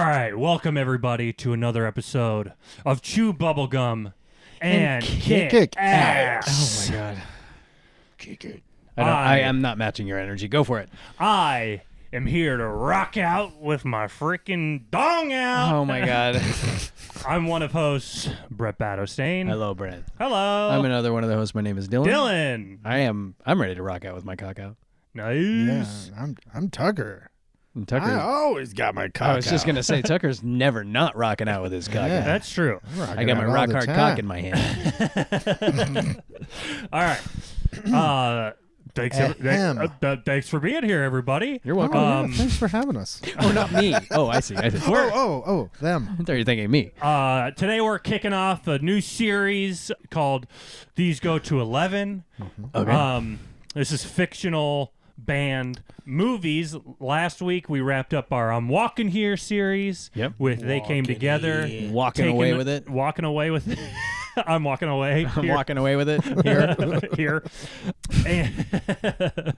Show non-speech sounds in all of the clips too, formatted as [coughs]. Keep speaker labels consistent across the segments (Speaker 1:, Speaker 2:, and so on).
Speaker 1: Welcome everybody to another episode of Chew Bubblegum and, Kick,
Speaker 2: Kick
Speaker 1: Ass.
Speaker 2: Oh my god. I,
Speaker 1: I,
Speaker 2: don't, I
Speaker 1: I,
Speaker 2: am not matching your energy. Go for it.
Speaker 1: am here to rock out with my freaking dong out.
Speaker 2: Oh my god.
Speaker 1: I'm one of hosts, Brett Battostain.
Speaker 2: [laughs] Hello, Brent.
Speaker 1: Hello.
Speaker 2: I'm another one of the hosts. My name is Dylan.
Speaker 1: Dylan.
Speaker 2: I am. I'm ready to rock out with my cock out.
Speaker 3: Yeah,
Speaker 1: Nice.
Speaker 3: I'm I'm Tucker.
Speaker 2: And Tucker.
Speaker 3: I
Speaker 2: I,
Speaker 3: always got my cock.
Speaker 2: was just gonna [laughs] say Tucker's never not rocking out with his cock.
Speaker 3: Yeah.
Speaker 2: out.
Speaker 1: That's true.
Speaker 2: I got my rock hard cock in my [laughs] hand.
Speaker 1: All right. [clears throat] Uh, thanks. ev- th-
Speaker 3: Ahem.
Speaker 1: uh, th- thanks for being here, everybody.
Speaker 2: You're
Speaker 3: Oh,
Speaker 2: welcome.
Speaker 3: yeah,
Speaker 1: Um,
Speaker 3: thanks for having us.
Speaker 2: oh, not me. Oh, I see. I see.
Speaker 3: Oh, oh, oh, them.
Speaker 2: I thought you were thinking me.
Speaker 1: Uh, today we're kicking off a new series called "These Go to 11.
Speaker 2: Mm-hmm. Okay.
Speaker 1: Um, this is fictional band movies. Last week we wrapped up our "I'm Walking Here" series
Speaker 2: Yep.
Speaker 1: with "They Came Together."
Speaker 2: Walking
Speaker 1: taking
Speaker 2: away
Speaker 1: the-
Speaker 2: with it.
Speaker 1: Walking away with it. [laughs] I'm walking away.
Speaker 2: [laughs] [laughs] I'm
Speaker 1: here.
Speaker 2: walking away with it. Here.
Speaker 1: [laughs] here. And [laughs]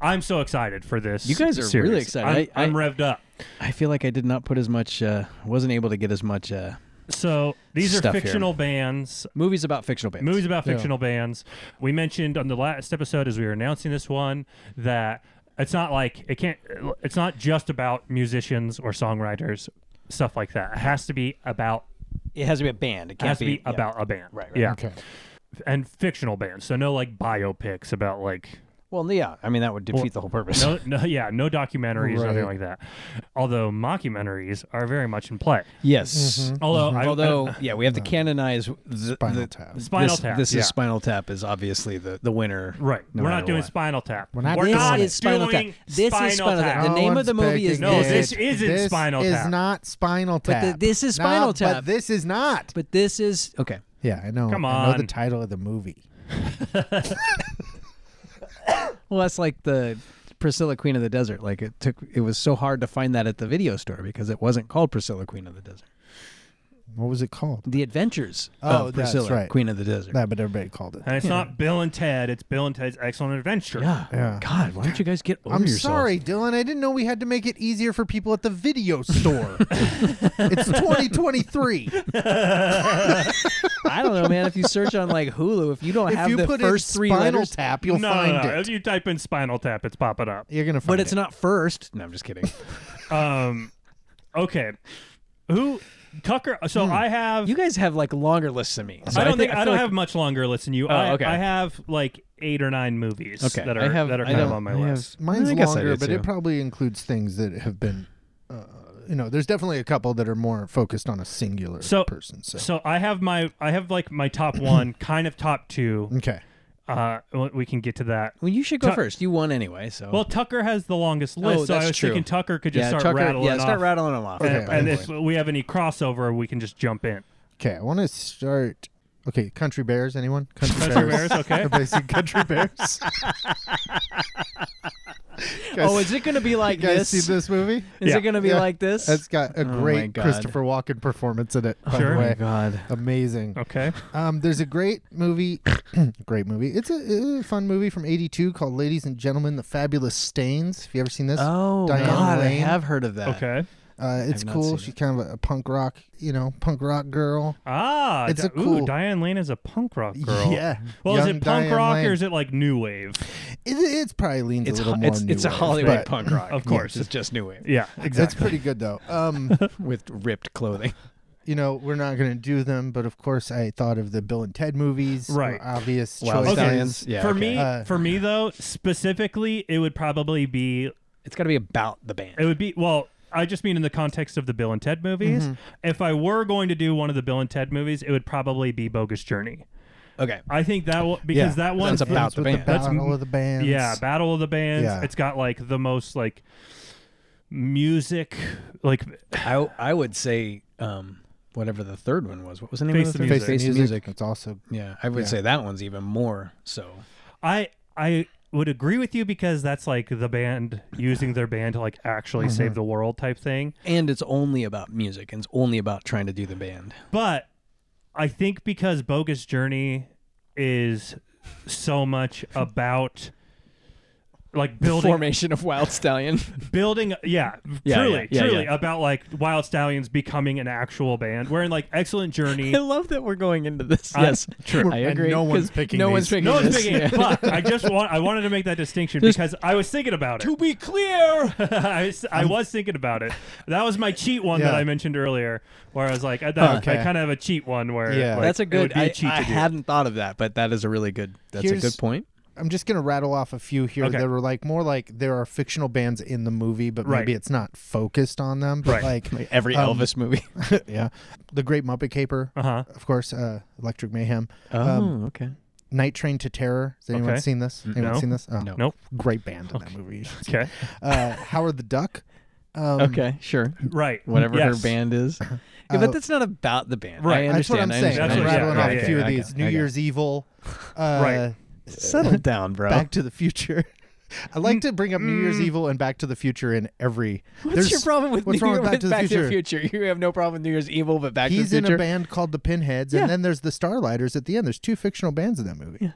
Speaker 1: I'm so excited for this.
Speaker 2: You guys are
Speaker 1: series.
Speaker 2: really excited.
Speaker 1: I'm,
Speaker 2: I-
Speaker 1: I'm
Speaker 2: I-
Speaker 1: revved up.
Speaker 2: I feel like I did not put as much. Uh, wasn't able to get as much uh,
Speaker 1: So these are
Speaker 2: Stuff here.
Speaker 1: fictional bands.
Speaker 2: movies about fictional bands.
Speaker 1: Movies about fictional bands. We mentioned on the last episode as we were announcing this one that it's not like it can't it's not just about musicians or songwriters stuff like that. It has to be about
Speaker 2: It has to be a band. It
Speaker 1: it
Speaker 2: can't
Speaker 1: has to be
Speaker 2: yeah.
Speaker 1: about a band.
Speaker 2: Right, right.
Speaker 1: Yeah.
Speaker 3: Okay.
Speaker 1: And fictional bands. So no like biopics about like
Speaker 2: Well, yeah. I mean, that would defeat the whole purpose.
Speaker 1: no, no, yeah, no documentaries, nothing
Speaker 3: Right.
Speaker 1: like that. Although mockumentaries are very much in play.
Speaker 2: [laughs] Yes.
Speaker 1: Although, I,
Speaker 2: Although, yeah, we have to canonize the,
Speaker 3: Spinal
Speaker 2: the-
Speaker 3: Tap.
Speaker 2: This,
Speaker 1: Spinal Tap,
Speaker 2: This
Speaker 1: yeah.
Speaker 2: is Spinal Tap is obviously the, the winner.
Speaker 1: right,
Speaker 2: no
Speaker 1: we're
Speaker 2: matter
Speaker 1: not doing
Speaker 2: what.
Speaker 1: Spinal Tap.
Speaker 3: We're not
Speaker 1: we're
Speaker 3: doing
Speaker 1: not
Speaker 3: it.
Speaker 2: This is Spinal Tap.
Speaker 1: doing
Speaker 2: This is Spinal Tap. The
Speaker 3: No
Speaker 2: name of
Speaker 3: one's
Speaker 2: the movie is
Speaker 3: taking
Speaker 1: No,
Speaker 3: it.
Speaker 1: this isn't
Speaker 3: This
Speaker 1: Spinal
Speaker 3: is
Speaker 1: Tap.
Speaker 3: not Spinal
Speaker 2: But
Speaker 3: Tap.
Speaker 2: the- this is Spinal
Speaker 3: Nah,
Speaker 2: Tap.
Speaker 3: But this is not.
Speaker 2: But this is okay.
Speaker 3: Yeah, I know.
Speaker 1: Come
Speaker 3: I know
Speaker 1: on.
Speaker 3: the title of the movie.
Speaker 2: Well, that's like the Priscilla Queen of the Desert. Like it took. It was so hard to find that at the video store because it wasn't called Priscilla Queen of the Desert.
Speaker 3: What was it called?
Speaker 2: The Adventures
Speaker 3: Oh,
Speaker 2: of
Speaker 3: that's
Speaker 2: Priscilla
Speaker 3: right.
Speaker 2: Queen of the Desert.
Speaker 3: That, but everybody called it.
Speaker 1: And it's not Bill and Ted. It's Bill and Ted's Excellent Adventure.
Speaker 2: yeah.
Speaker 3: Yeah.
Speaker 2: God, why don't you guys get over
Speaker 3: I'm
Speaker 2: yourself?
Speaker 3: sorry, Dylan. I didn't know we had to make it easier for people at the video store. [laughs] it's 2023.
Speaker 2: [laughs] I don't know, man. If you search on like Hulu, if you don't
Speaker 3: if
Speaker 2: have
Speaker 3: you
Speaker 2: the
Speaker 3: put
Speaker 2: first
Speaker 3: in
Speaker 2: three
Speaker 3: Spinal
Speaker 2: letters,
Speaker 3: Tap, you'll
Speaker 1: no,
Speaker 3: find
Speaker 1: no, no.
Speaker 3: it.
Speaker 1: If you type in Spinal Tap, it's popping
Speaker 2: [laughs]
Speaker 1: up.
Speaker 3: You're gonna find
Speaker 2: but
Speaker 3: it.
Speaker 2: it's not first. No, I'm
Speaker 3: [laughs]
Speaker 2: just kidding.
Speaker 1: Um, okay, who Tucker? So I have.
Speaker 2: Hmm. You guys have like longer lists than me. So
Speaker 1: I don't think,
Speaker 2: feel
Speaker 1: I don't
Speaker 2: like- Oh,
Speaker 1: have much longer. Listen, you. I,
Speaker 2: okay.
Speaker 1: I have like eight or nine movies
Speaker 2: Okay,
Speaker 1: that are
Speaker 2: I have-
Speaker 1: that are
Speaker 2: I
Speaker 1: kind of
Speaker 2: don't-
Speaker 1: on my
Speaker 2: I have-
Speaker 1: list.
Speaker 3: Mine's
Speaker 2: I guess I
Speaker 3: longer,
Speaker 2: do
Speaker 3: but
Speaker 2: too.
Speaker 3: it probably includes things that have been, uh, you know, there's definitely a couple that are more focused on a singular
Speaker 1: So-
Speaker 3: person. So,
Speaker 1: So I have my I have like my
Speaker 2: [clears throat]
Speaker 1: top one, kind of top two.
Speaker 3: okay,
Speaker 1: Uh, we- we can get to that.
Speaker 2: Well, you should go
Speaker 1: Tu-
Speaker 2: first. You won anyway, so.
Speaker 1: Well, Tucker has the longest list,
Speaker 2: Oh,
Speaker 1: so I
Speaker 2: that's
Speaker 1: was
Speaker 2: true.
Speaker 1: thinking Tucker could just
Speaker 2: yeah,
Speaker 1: start
Speaker 2: Tucker,
Speaker 1: rattling.
Speaker 2: yeah, start
Speaker 1: off.
Speaker 2: rattling them off.
Speaker 1: And,
Speaker 3: Okay.
Speaker 1: and if we have any crossover, we can just jump in.
Speaker 3: okay. I want to start. Okay, Country Bears. Anyone?
Speaker 1: Country Bears, okay.
Speaker 3: [laughs] Everybody seen Country
Speaker 2: [laughs]
Speaker 3: Bears? Guys-
Speaker 2: oh, is it going to be like
Speaker 3: you guys
Speaker 2: this?
Speaker 3: see this movie?
Speaker 2: Is
Speaker 1: Yeah.
Speaker 2: it going to be
Speaker 3: Yeah.
Speaker 2: like this?
Speaker 3: It's got a
Speaker 2: Oh my
Speaker 3: great
Speaker 2: God.
Speaker 3: Christopher Walken performance in it. By
Speaker 1: Sure. Oh
Speaker 3: the
Speaker 1: my
Speaker 2: [laughs]
Speaker 3: way.
Speaker 2: God.
Speaker 3: Amazing.
Speaker 2: Oh.
Speaker 1: Okay.
Speaker 3: Um, there's a great movie, [coughs] great movie. It's a, uh fun movie from '82 called "Ladies and Gentlemen: The Fabulous Stains." Have you ever seen this?
Speaker 2: Oh,
Speaker 3: Diane
Speaker 2: God. I
Speaker 3: Lane.
Speaker 2: have heard of that.
Speaker 1: Okay.
Speaker 3: Uh, it's
Speaker 2: I've not
Speaker 3: cool.
Speaker 2: seen
Speaker 3: She's
Speaker 2: it.
Speaker 3: kind of a, a punk rock, you know, punk rock girl.
Speaker 1: Ah,
Speaker 3: It's
Speaker 1: Di-
Speaker 3: a cool-
Speaker 1: ooh, Diane Lane is a punk
Speaker 3: [laughs]
Speaker 1: rock girl.
Speaker 3: Yeah.
Speaker 1: Well, is
Speaker 3: Young
Speaker 1: it punk
Speaker 3: Diane
Speaker 1: rock
Speaker 3: Lane.
Speaker 1: or is it like new wave?
Speaker 3: It, it's probably leans
Speaker 2: It's,
Speaker 3: a little
Speaker 2: ho-
Speaker 3: more.
Speaker 2: it's,
Speaker 3: new
Speaker 2: it's a
Speaker 3: wave,
Speaker 2: Hollywood
Speaker 3: but
Speaker 2: punk
Speaker 1: [laughs]
Speaker 2: rock.
Speaker 1: Of course.
Speaker 2: It's just new wave
Speaker 1: Yeah,
Speaker 3: It's
Speaker 1: exactly.
Speaker 3: pretty good
Speaker 2: [laughs]
Speaker 3: though. Um,
Speaker 2: with
Speaker 3: [laughs]
Speaker 2: ripped clothing.
Speaker 3: you know, we're not gonna do them, but of course, I thought of the Bill and Ted movies.
Speaker 1: Right.
Speaker 3: were Obvious
Speaker 2: Wild
Speaker 3: choices.
Speaker 2: Stallions. Yeah,
Speaker 1: for
Speaker 2: okay.
Speaker 1: me,
Speaker 3: Uh,
Speaker 1: for me though, specifically, it would probably be
Speaker 2: It's got to be about the band.
Speaker 1: it would be well. I just mean in the context of the Bill and Ted movies.
Speaker 3: Mm-hmm.
Speaker 1: If I were going to do one of the Bill and Ted movies, it would probably be Bogus Journey.
Speaker 2: okay.
Speaker 1: I think that will because
Speaker 3: Yeah,
Speaker 1: that one's
Speaker 2: that's
Speaker 3: It
Speaker 2: about
Speaker 3: ends
Speaker 2: the
Speaker 3: with
Speaker 2: band.
Speaker 3: The
Speaker 2: That's
Speaker 3: battle
Speaker 1: m-
Speaker 3: of the bands.
Speaker 1: Yeah, Battle of the Bands.
Speaker 3: Yeah.
Speaker 1: It's got like the most like music, like
Speaker 2: I, I would say um, whatever the third one was. What was the name
Speaker 1: Face
Speaker 2: of
Speaker 1: the
Speaker 2: the third?
Speaker 3: Face
Speaker 1: Music.
Speaker 3: the music.
Speaker 2: music.
Speaker 3: It's also
Speaker 2: Yeah, I would
Speaker 3: Yeah.
Speaker 2: say that one's even more so.
Speaker 1: I I would agree with you because that's like the band using their band to like actually
Speaker 3: Mm-hmm.
Speaker 1: save the world type thing.
Speaker 2: And it's only about music and it's only about trying to do the band.
Speaker 1: But I think because Bogus Journey is so much about like
Speaker 4: the
Speaker 1: building
Speaker 4: formation of Wild
Speaker 2: [laughs]
Speaker 4: Stallion.
Speaker 1: building yeah,
Speaker 4: Yeah,
Speaker 1: truly
Speaker 4: yeah, yeah,
Speaker 1: truly
Speaker 4: yeah.
Speaker 1: about like wild stallions becoming an actual band we're in like excellent journey
Speaker 4: I love that we're going into this.
Speaker 1: I-
Speaker 4: yes,
Speaker 1: true.
Speaker 4: I
Speaker 3: And
Speaker 4: agree.
Speaker 3: no one's
Speaker 4: 'cause
Speaker 3: picking
Speaker 4: No one's
Speaker 3: these.
Speaker 4: picking.
Speaker 1: no one's
Speaker 4: this.
Speaker 1: [laughs] making
Speaker 3: [laughs]
Speaker 1: it but i just want i wanted to make that distinction because i was thinking about it
Speaker 4: To be clear,
Speaker 1: [laughs] I, was, I was thinking about it that was my cheat one that
Speaker 3: Yeah.
Speaker 1: i mentioned earlier where i was like i,
Speaker 3: Huh.
Speaker 1: I kind of have a cheat one where
Speaker 3: Yeah.
Speaker 1: like,
Speaker 2: that's a
Speaker 1: it
Speaker 2: good.
Speaker 1: would be a
Speaker 2: I,
Speaker 1: cheat
Speaker 2: I
Speaker 1: to do.
Speaker 2: hadn't thought of that, but that is a really good. That's
Speaker 3: Here's-
Speaker 2: a good point.
Speaker 3: I'm just gonna rattle off a few here
Speaker 1: Okay.
Speaker 3: that were like more like there are fictional bands in the movie, but
Speaker 1: Right.
Speaker 3: maybe it's not focused on them. But
Speaker 1: Right.
Speaker 3: like,
Speaker 2: Like every
Speaker 3: Um,
Speaker 4: [laughs]
Speaker 2: Elvis movie.
Speaker 3: yeah, the Great Muppet Caper,
Speaker 1: uh-huh
Speaker 3: of course, uh, Electric Mayhem,
Speaker 2: Oh,
Speaker 3: um,
Speaker 2: okay.
Speaker 3: Night Train to Terror. Has anyone
Speaker 1: Okay.
Speaker 3: seen this? Anyone
Speaker 1: No.
Speaker 3: seen this? Oh,
Speaker 2: No.
Speaker 1: Nope.
Speaker 3: Great band in that movie. you should see it.
Speaker 1: okay
Speaker 3: Uh, Howard the Duck. Um,
Speaker 4: okay, sure.
Speaker 1: right
Speaker 4: Whatever
Speaker 1: yes.
Speaker 4: her band
Speaker 3: [coughs]
Speaker 4: is,
Speaker 2: Yeah,
Speaker 3: uh,
Speaker 2: but that's not about the band.
Speaker 1: Right.
Speaker 2: I
Speaker 3: That's what I'm
Speaker 2: understand.
Speaker 3: saying.
Speaker 1: understand.
Speaker 3: That's
Speaker 1: I
Speaker 3: what
Speaker 1: understand.
Speaker 3: rattling
Speaker 1: Yeah,
Speaker 3: off
Speaker 1: yeah,
Speaker 3: a few
Speaker 1: yeah,
Speaker 3: of
Speaker 2: okay,
Speaker 3: these. New
Speaker 4: [laughs]
Speaker 2: okay.
Speaker 3: Year's Evil. Uh,
Speaker 1: Right.
Speaker 2: Settle down,
Speaker 4: Oh.
Speaker 2: bro.
Speaker 3: Back to the Future. [laughs] I like to bring up New Year's Evil and Back to the Future in every.
Speaker 4: Mm. [laughs] What's
Speaker 3: There's-
Speaker 4: your problem with
Speaker 3: what's
Speaker 4: New
Speaker 3: wrong
Speaker 4: Year-
Speaker 3: with Back to the Future?
Speaker 4: You have no problem with New Year's Evil, but Back to
Speaker 3: He's
Speaker 4: the
Speaker 3: in
Speaker 4: Future.
Speaker 3: a band called the Pinheads,
Speaker 4: Yeah.
Speaker 3: and then there's the Starlighters at the end. There's two fictional bands in that movie.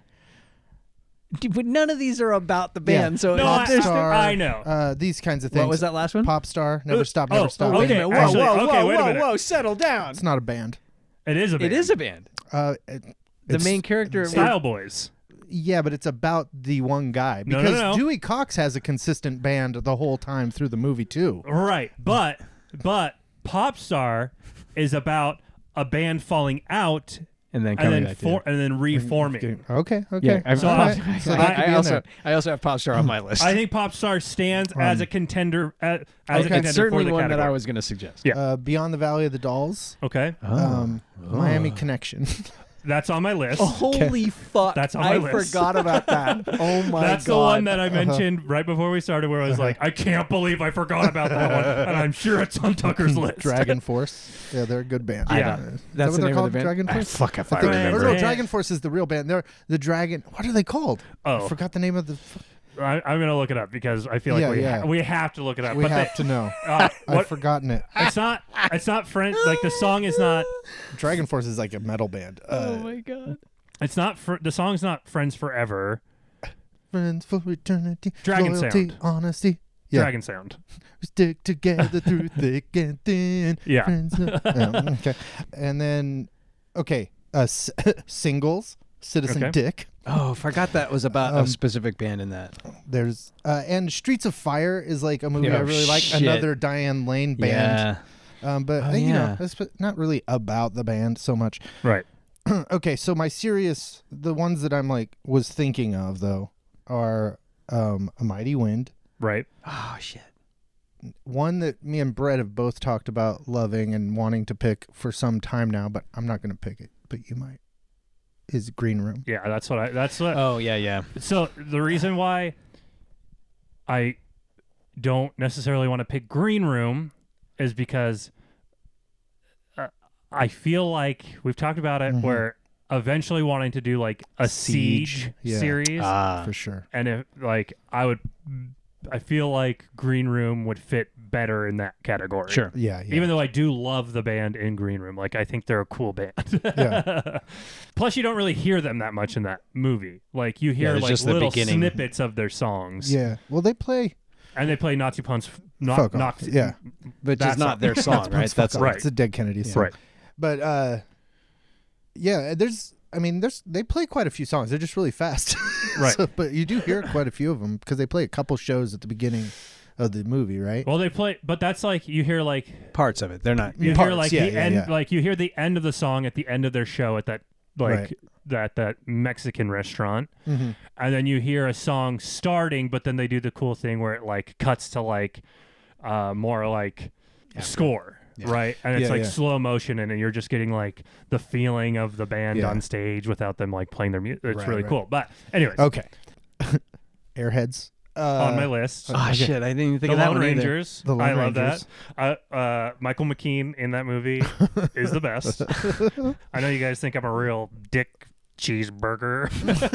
Speaker 4: Dude, but none of these are about the
Speaker 3: Yeah.
Speaker 4: band. So
Speaker 1: No, I-
Speaker 4: there's
Speaker 1: I- I know.
Speaker 3: Uh, these kinds of things.
Speaker 2: What was that last one?
Speaker 3: Pop star,
Speaker 1: Uh,
Speaker 3: never stop,
Speaker 1: oh,
Speaker 3: never stop.
Speaker 1: okay.
Speaker 4: Whoa,
Speaker 1: Actually,
Speaker 4: whoa,
Speaker 1: okay,
Speaker 4: whoa,
Speaker 1: wait a
Speaker 4: whoa,
Speaker 1: minute.
Speaker 4: whoa! Settle down.
Speaker 3: It's not a band.
Speaker 1: it is a band.
Speaker 4: It is a band.
Speaker 3: Uh, it-
Speaker 4: The
Speaker 3: it's-
Speaker 4: main character.
Speaker 1: style boys
Speaker 3: Yeah, but it's about the one guy
Speaker 1: No, no,
Speaker 3: because
Speaker 1: no.
Speaker 3: Dewey Cox has a consistent band the whole time through the movie too.
Speaker 1: Right, but but pop star is about a band falling out
Speaker 2: And then
Speaker 1: and
Speaker 2: coming
Speaker 1: then
Speaker 2: back
Speaker 1: for, and then reforming.
Speaker 3: Okay, okay.
Speaker 4: Yeah, I,
Speaker 1: So uh,
Speaker 4: I-
Speaker 3: All right.
Speaker 4: I-
Speaker 3: So
Speaker 4: I-
Speaker 3: that could
Speaker 4: I
Speaker 3: be in
Speaker 4: also
Speaker 3: there.
Speaker 4: I also have pop star on my list.
Speaker 1: I think pop star stands as a contender as, as a
Speaker 3: Um, Okay.
Speaker 1: contender
Speaker 4: it's certainly
Speaker 1: for the
Speaker 4: one
Speaker 1: category.
Speaker 4: that I was going to suggest.
Speaker 1: Yeah.
Speaker 3: Uh, Beyond the Valley of the Dolls,
Speaker 1: Okay,
Speaker 3: um, Miami Connection.
Speaker 1: that's on my list.
Speaker 3: Oh
Speaker 4: Holy fuck!
Speaker 1: That's on my
Speaker 4: I
Speaker 1: list.
Speaker 4: forgot about
Speaker 1: [laughs]
Speaker 4: that. Oh my
Speaker 1: that's
Speaker 4: god!
Speaker 1: the one that I
Speaker 3: Uh-huh.
Speaker 1: mentioned right before we started, where I was like, I can't believe I forgot about that one, and I'm sure it's
Speaker 3: [laughs]
Speaker 1: on Tucker's list.
Speaker 3: Dragon Force. Yeah, they're a good band.
Speaker 1: I Yeah. don't-
Speaker 3: Is that
Speaker 4: That's
Speaker 3: what
Speaker 4: the
Speaker 3: they're
Speaker 4: name
Speaker 3: called.
Speaker 4: of the band.
Speaker 3: Dragon
Speaker 4: Ah,
Speaker 3: Force.
Speaker 4: fuck if I,
Speaker 3: I think-
Speaker 4: remember.
Speaker 3: Or no,
Speaker 1: Yeah.
Speaker 3: Dragon Force is the real band. They're the Dragon. What are they called?
Speaker 1: Oh.
Speaker 3: I forgot the name of the. f-
Speaker 1: I, I'm gonna look it up because I feel like
Speaker 3: Yeah,
Speaker 1: we
Speaker 3: yeah.
Speaker 1: ha- we have to look it up.
Speaker 3: We
Speaker 1: but
Speaker 3: have
Speaker 1: [laughs]
Speaker 3: to know.
Speaker 1: they,
Speaker 3: [laughs]
Speaker 1: uh,
Speaker 3: I've
Speaker 1: what,
Speaker 3: forgotten it.
Speaker 1: it's not it's not French. Like the song is not
Speaker 3: Dragon Force is like a metal band.
Speaker 4: Oh
Speaker 3: Uh,
Speaker 4: my god!
Speaker 1: it's not fr- the song's not Friends Forever.
Speaker 3: friends for eternity.
Speaker 1: Dragon
Speaker 3: loyalty,
Speaker 1: Sound.
Speaker 3: Honesty. Yeah.
Speaker 1: Dragon Sound.
Speaker 3: We stick together through [laughs] thick and thin.
Speaker 1: Yeah. [laughs]
Speaker 3: Friends of- Um, okay. And then, okay, uh, s- [laughs] singles. Citizen
Speaker 1: Okay.
Speaker 3: Dick.
Speaker 2: Oh, forgot that was about
Speaker 3: Um,
Speaker 2: a specific band in that.
Speaker 3: There's uh, and Streets of Fire is like a movie
Speaker 2: Yeah.
Speaker 3: I really like.
Speaker 2: Shit.
Speaker 3: Another Diane Lane band.
Speaker 2: Yeah.
Speaker 3: Um, but
Speaker 2: Oh,
Speaker 3: uh, you know,
Speaker 2: yeah.
Speaker 3: it's not really about the band so much. Mm,
Speaker 1: Right.
Speaker 3: okay, so my serious, the ones that I'm like was thinking of though are um, a Mighty Wind,
Speaker 1: Right.
Speaker 2: Oh shit.
Speaker 3: one that me and Brett have both talked about loving and wanting to pick for some time now, but I'm not gonna pick it, but you might. Is Green Room?
Speaker 1: Yeah, that's what I that's what
Speaker 2: Oh yeah, yeah.
Speaker 1: so the reason why I don't necessarily want to pick Green Room is because uh, I feel like we've talked about it
Speaker 3: Mhm.
Speaker 1: where eventually wanting to do like a siege,
Speaker 3: Siege. Yeah.
Speaker 1: series
Speaker 2: Ah.
Speaker 3: For sure.
Speaker 1: and if like I would I feel like Green Room would fit better in that category.
Speaker 2: Sure.
Speaker 3: Yeah, yeah.
Speaker 1: Even though I do love the band in Green Room, like I think they're a cool band.
Speaker 3: Yeah.
Speaker 1: [laughs] Plus, you don't really hear them that much in that movie. Like you
Speaker 2: Yeah,
Speaker 1: hear
Speaker 2: it's
Speaker 1: like
Speaker 2: just the
Speaker 1: little
Speaker 2: beginning.
Speaker 1: snippets of their songs.
Speaker 3: yeah. Well, they play
Speaker 1: and they play Nazi Punks. Not,
Speaker 3: Fuck Off.
Speaker 1: knocked,
Speaker 3: Yeah.
Speaker 2: But
Speaker 1: That's
Speaker 2: just not their song, right?
Speaker 3: Fuck
Speaker 2: That's
Speaker 3: Off.
Speaker 1: right.
Speaker 3: It's a Dead Kennedy song.
Speaker 1: Right.
Speaker 3: But uh, yeah, there's. I mean, there's they play quite a few songs. They're just really fast. [laughs]
Speaker 1: Right.
Speaker 3: So- but you do hear quite a few of them because they play a couple shows at the beginning of the movie, right?
Speaker 1: Well, they play, but that's like you hear like
Speaker 2: parts of it. They're not.
Speaker 1: you
Speaker 3: Parts,
Speaker 1: hear like
Speaker 3: yeah,
Speaker 1: the
Speaker 3: yeah,
Speaker 1: end,
Speaker 3: yeah.
Speaker 1: like you hear the end of the song at the end of their show at that like
Speaker 3: Right.
Speaker 1: that that Mexican restaurant.
Speaker 3: mm-hmm.
Speaker 1: and then you hear a song starting, but then they do the cool thing where it like cuts to like uh, more like score, right? And it's
Speaker 3: Yeah,
Speaker 1: like
Speaker 3: yeah.
Speaker 1: slow motion, and then you're just getting like the feeling of the band
Speaker 3: Yeah.
Speaker 1: on stage without them like playing their music. It's
Speaker 3: Right,
Speaker 1: really
Speaker 3: right.
Speaker 1: cool. But anyways,
Speaker 3: Okay. [laughs] Airheads. Uh,
Speaker 1: on my list,
Speaker 2: Oh shit! I didn't even think
Speaker 1: the
Speaker 2: of that
Speaker 1: Lone
Speaker 2: one either.
Speaker 1: Rangers.
Speaker 3: The Lone
Speaker 1: I love
Speaker 3: Rangers.
Speaker 1: that. Uh, uh, Michael McKean in that movie is the
Speaker 2: [laughs]
Speaker 1: best. I know you guys think I'm a real dick cheeseburger
Speaker 2: [laughs]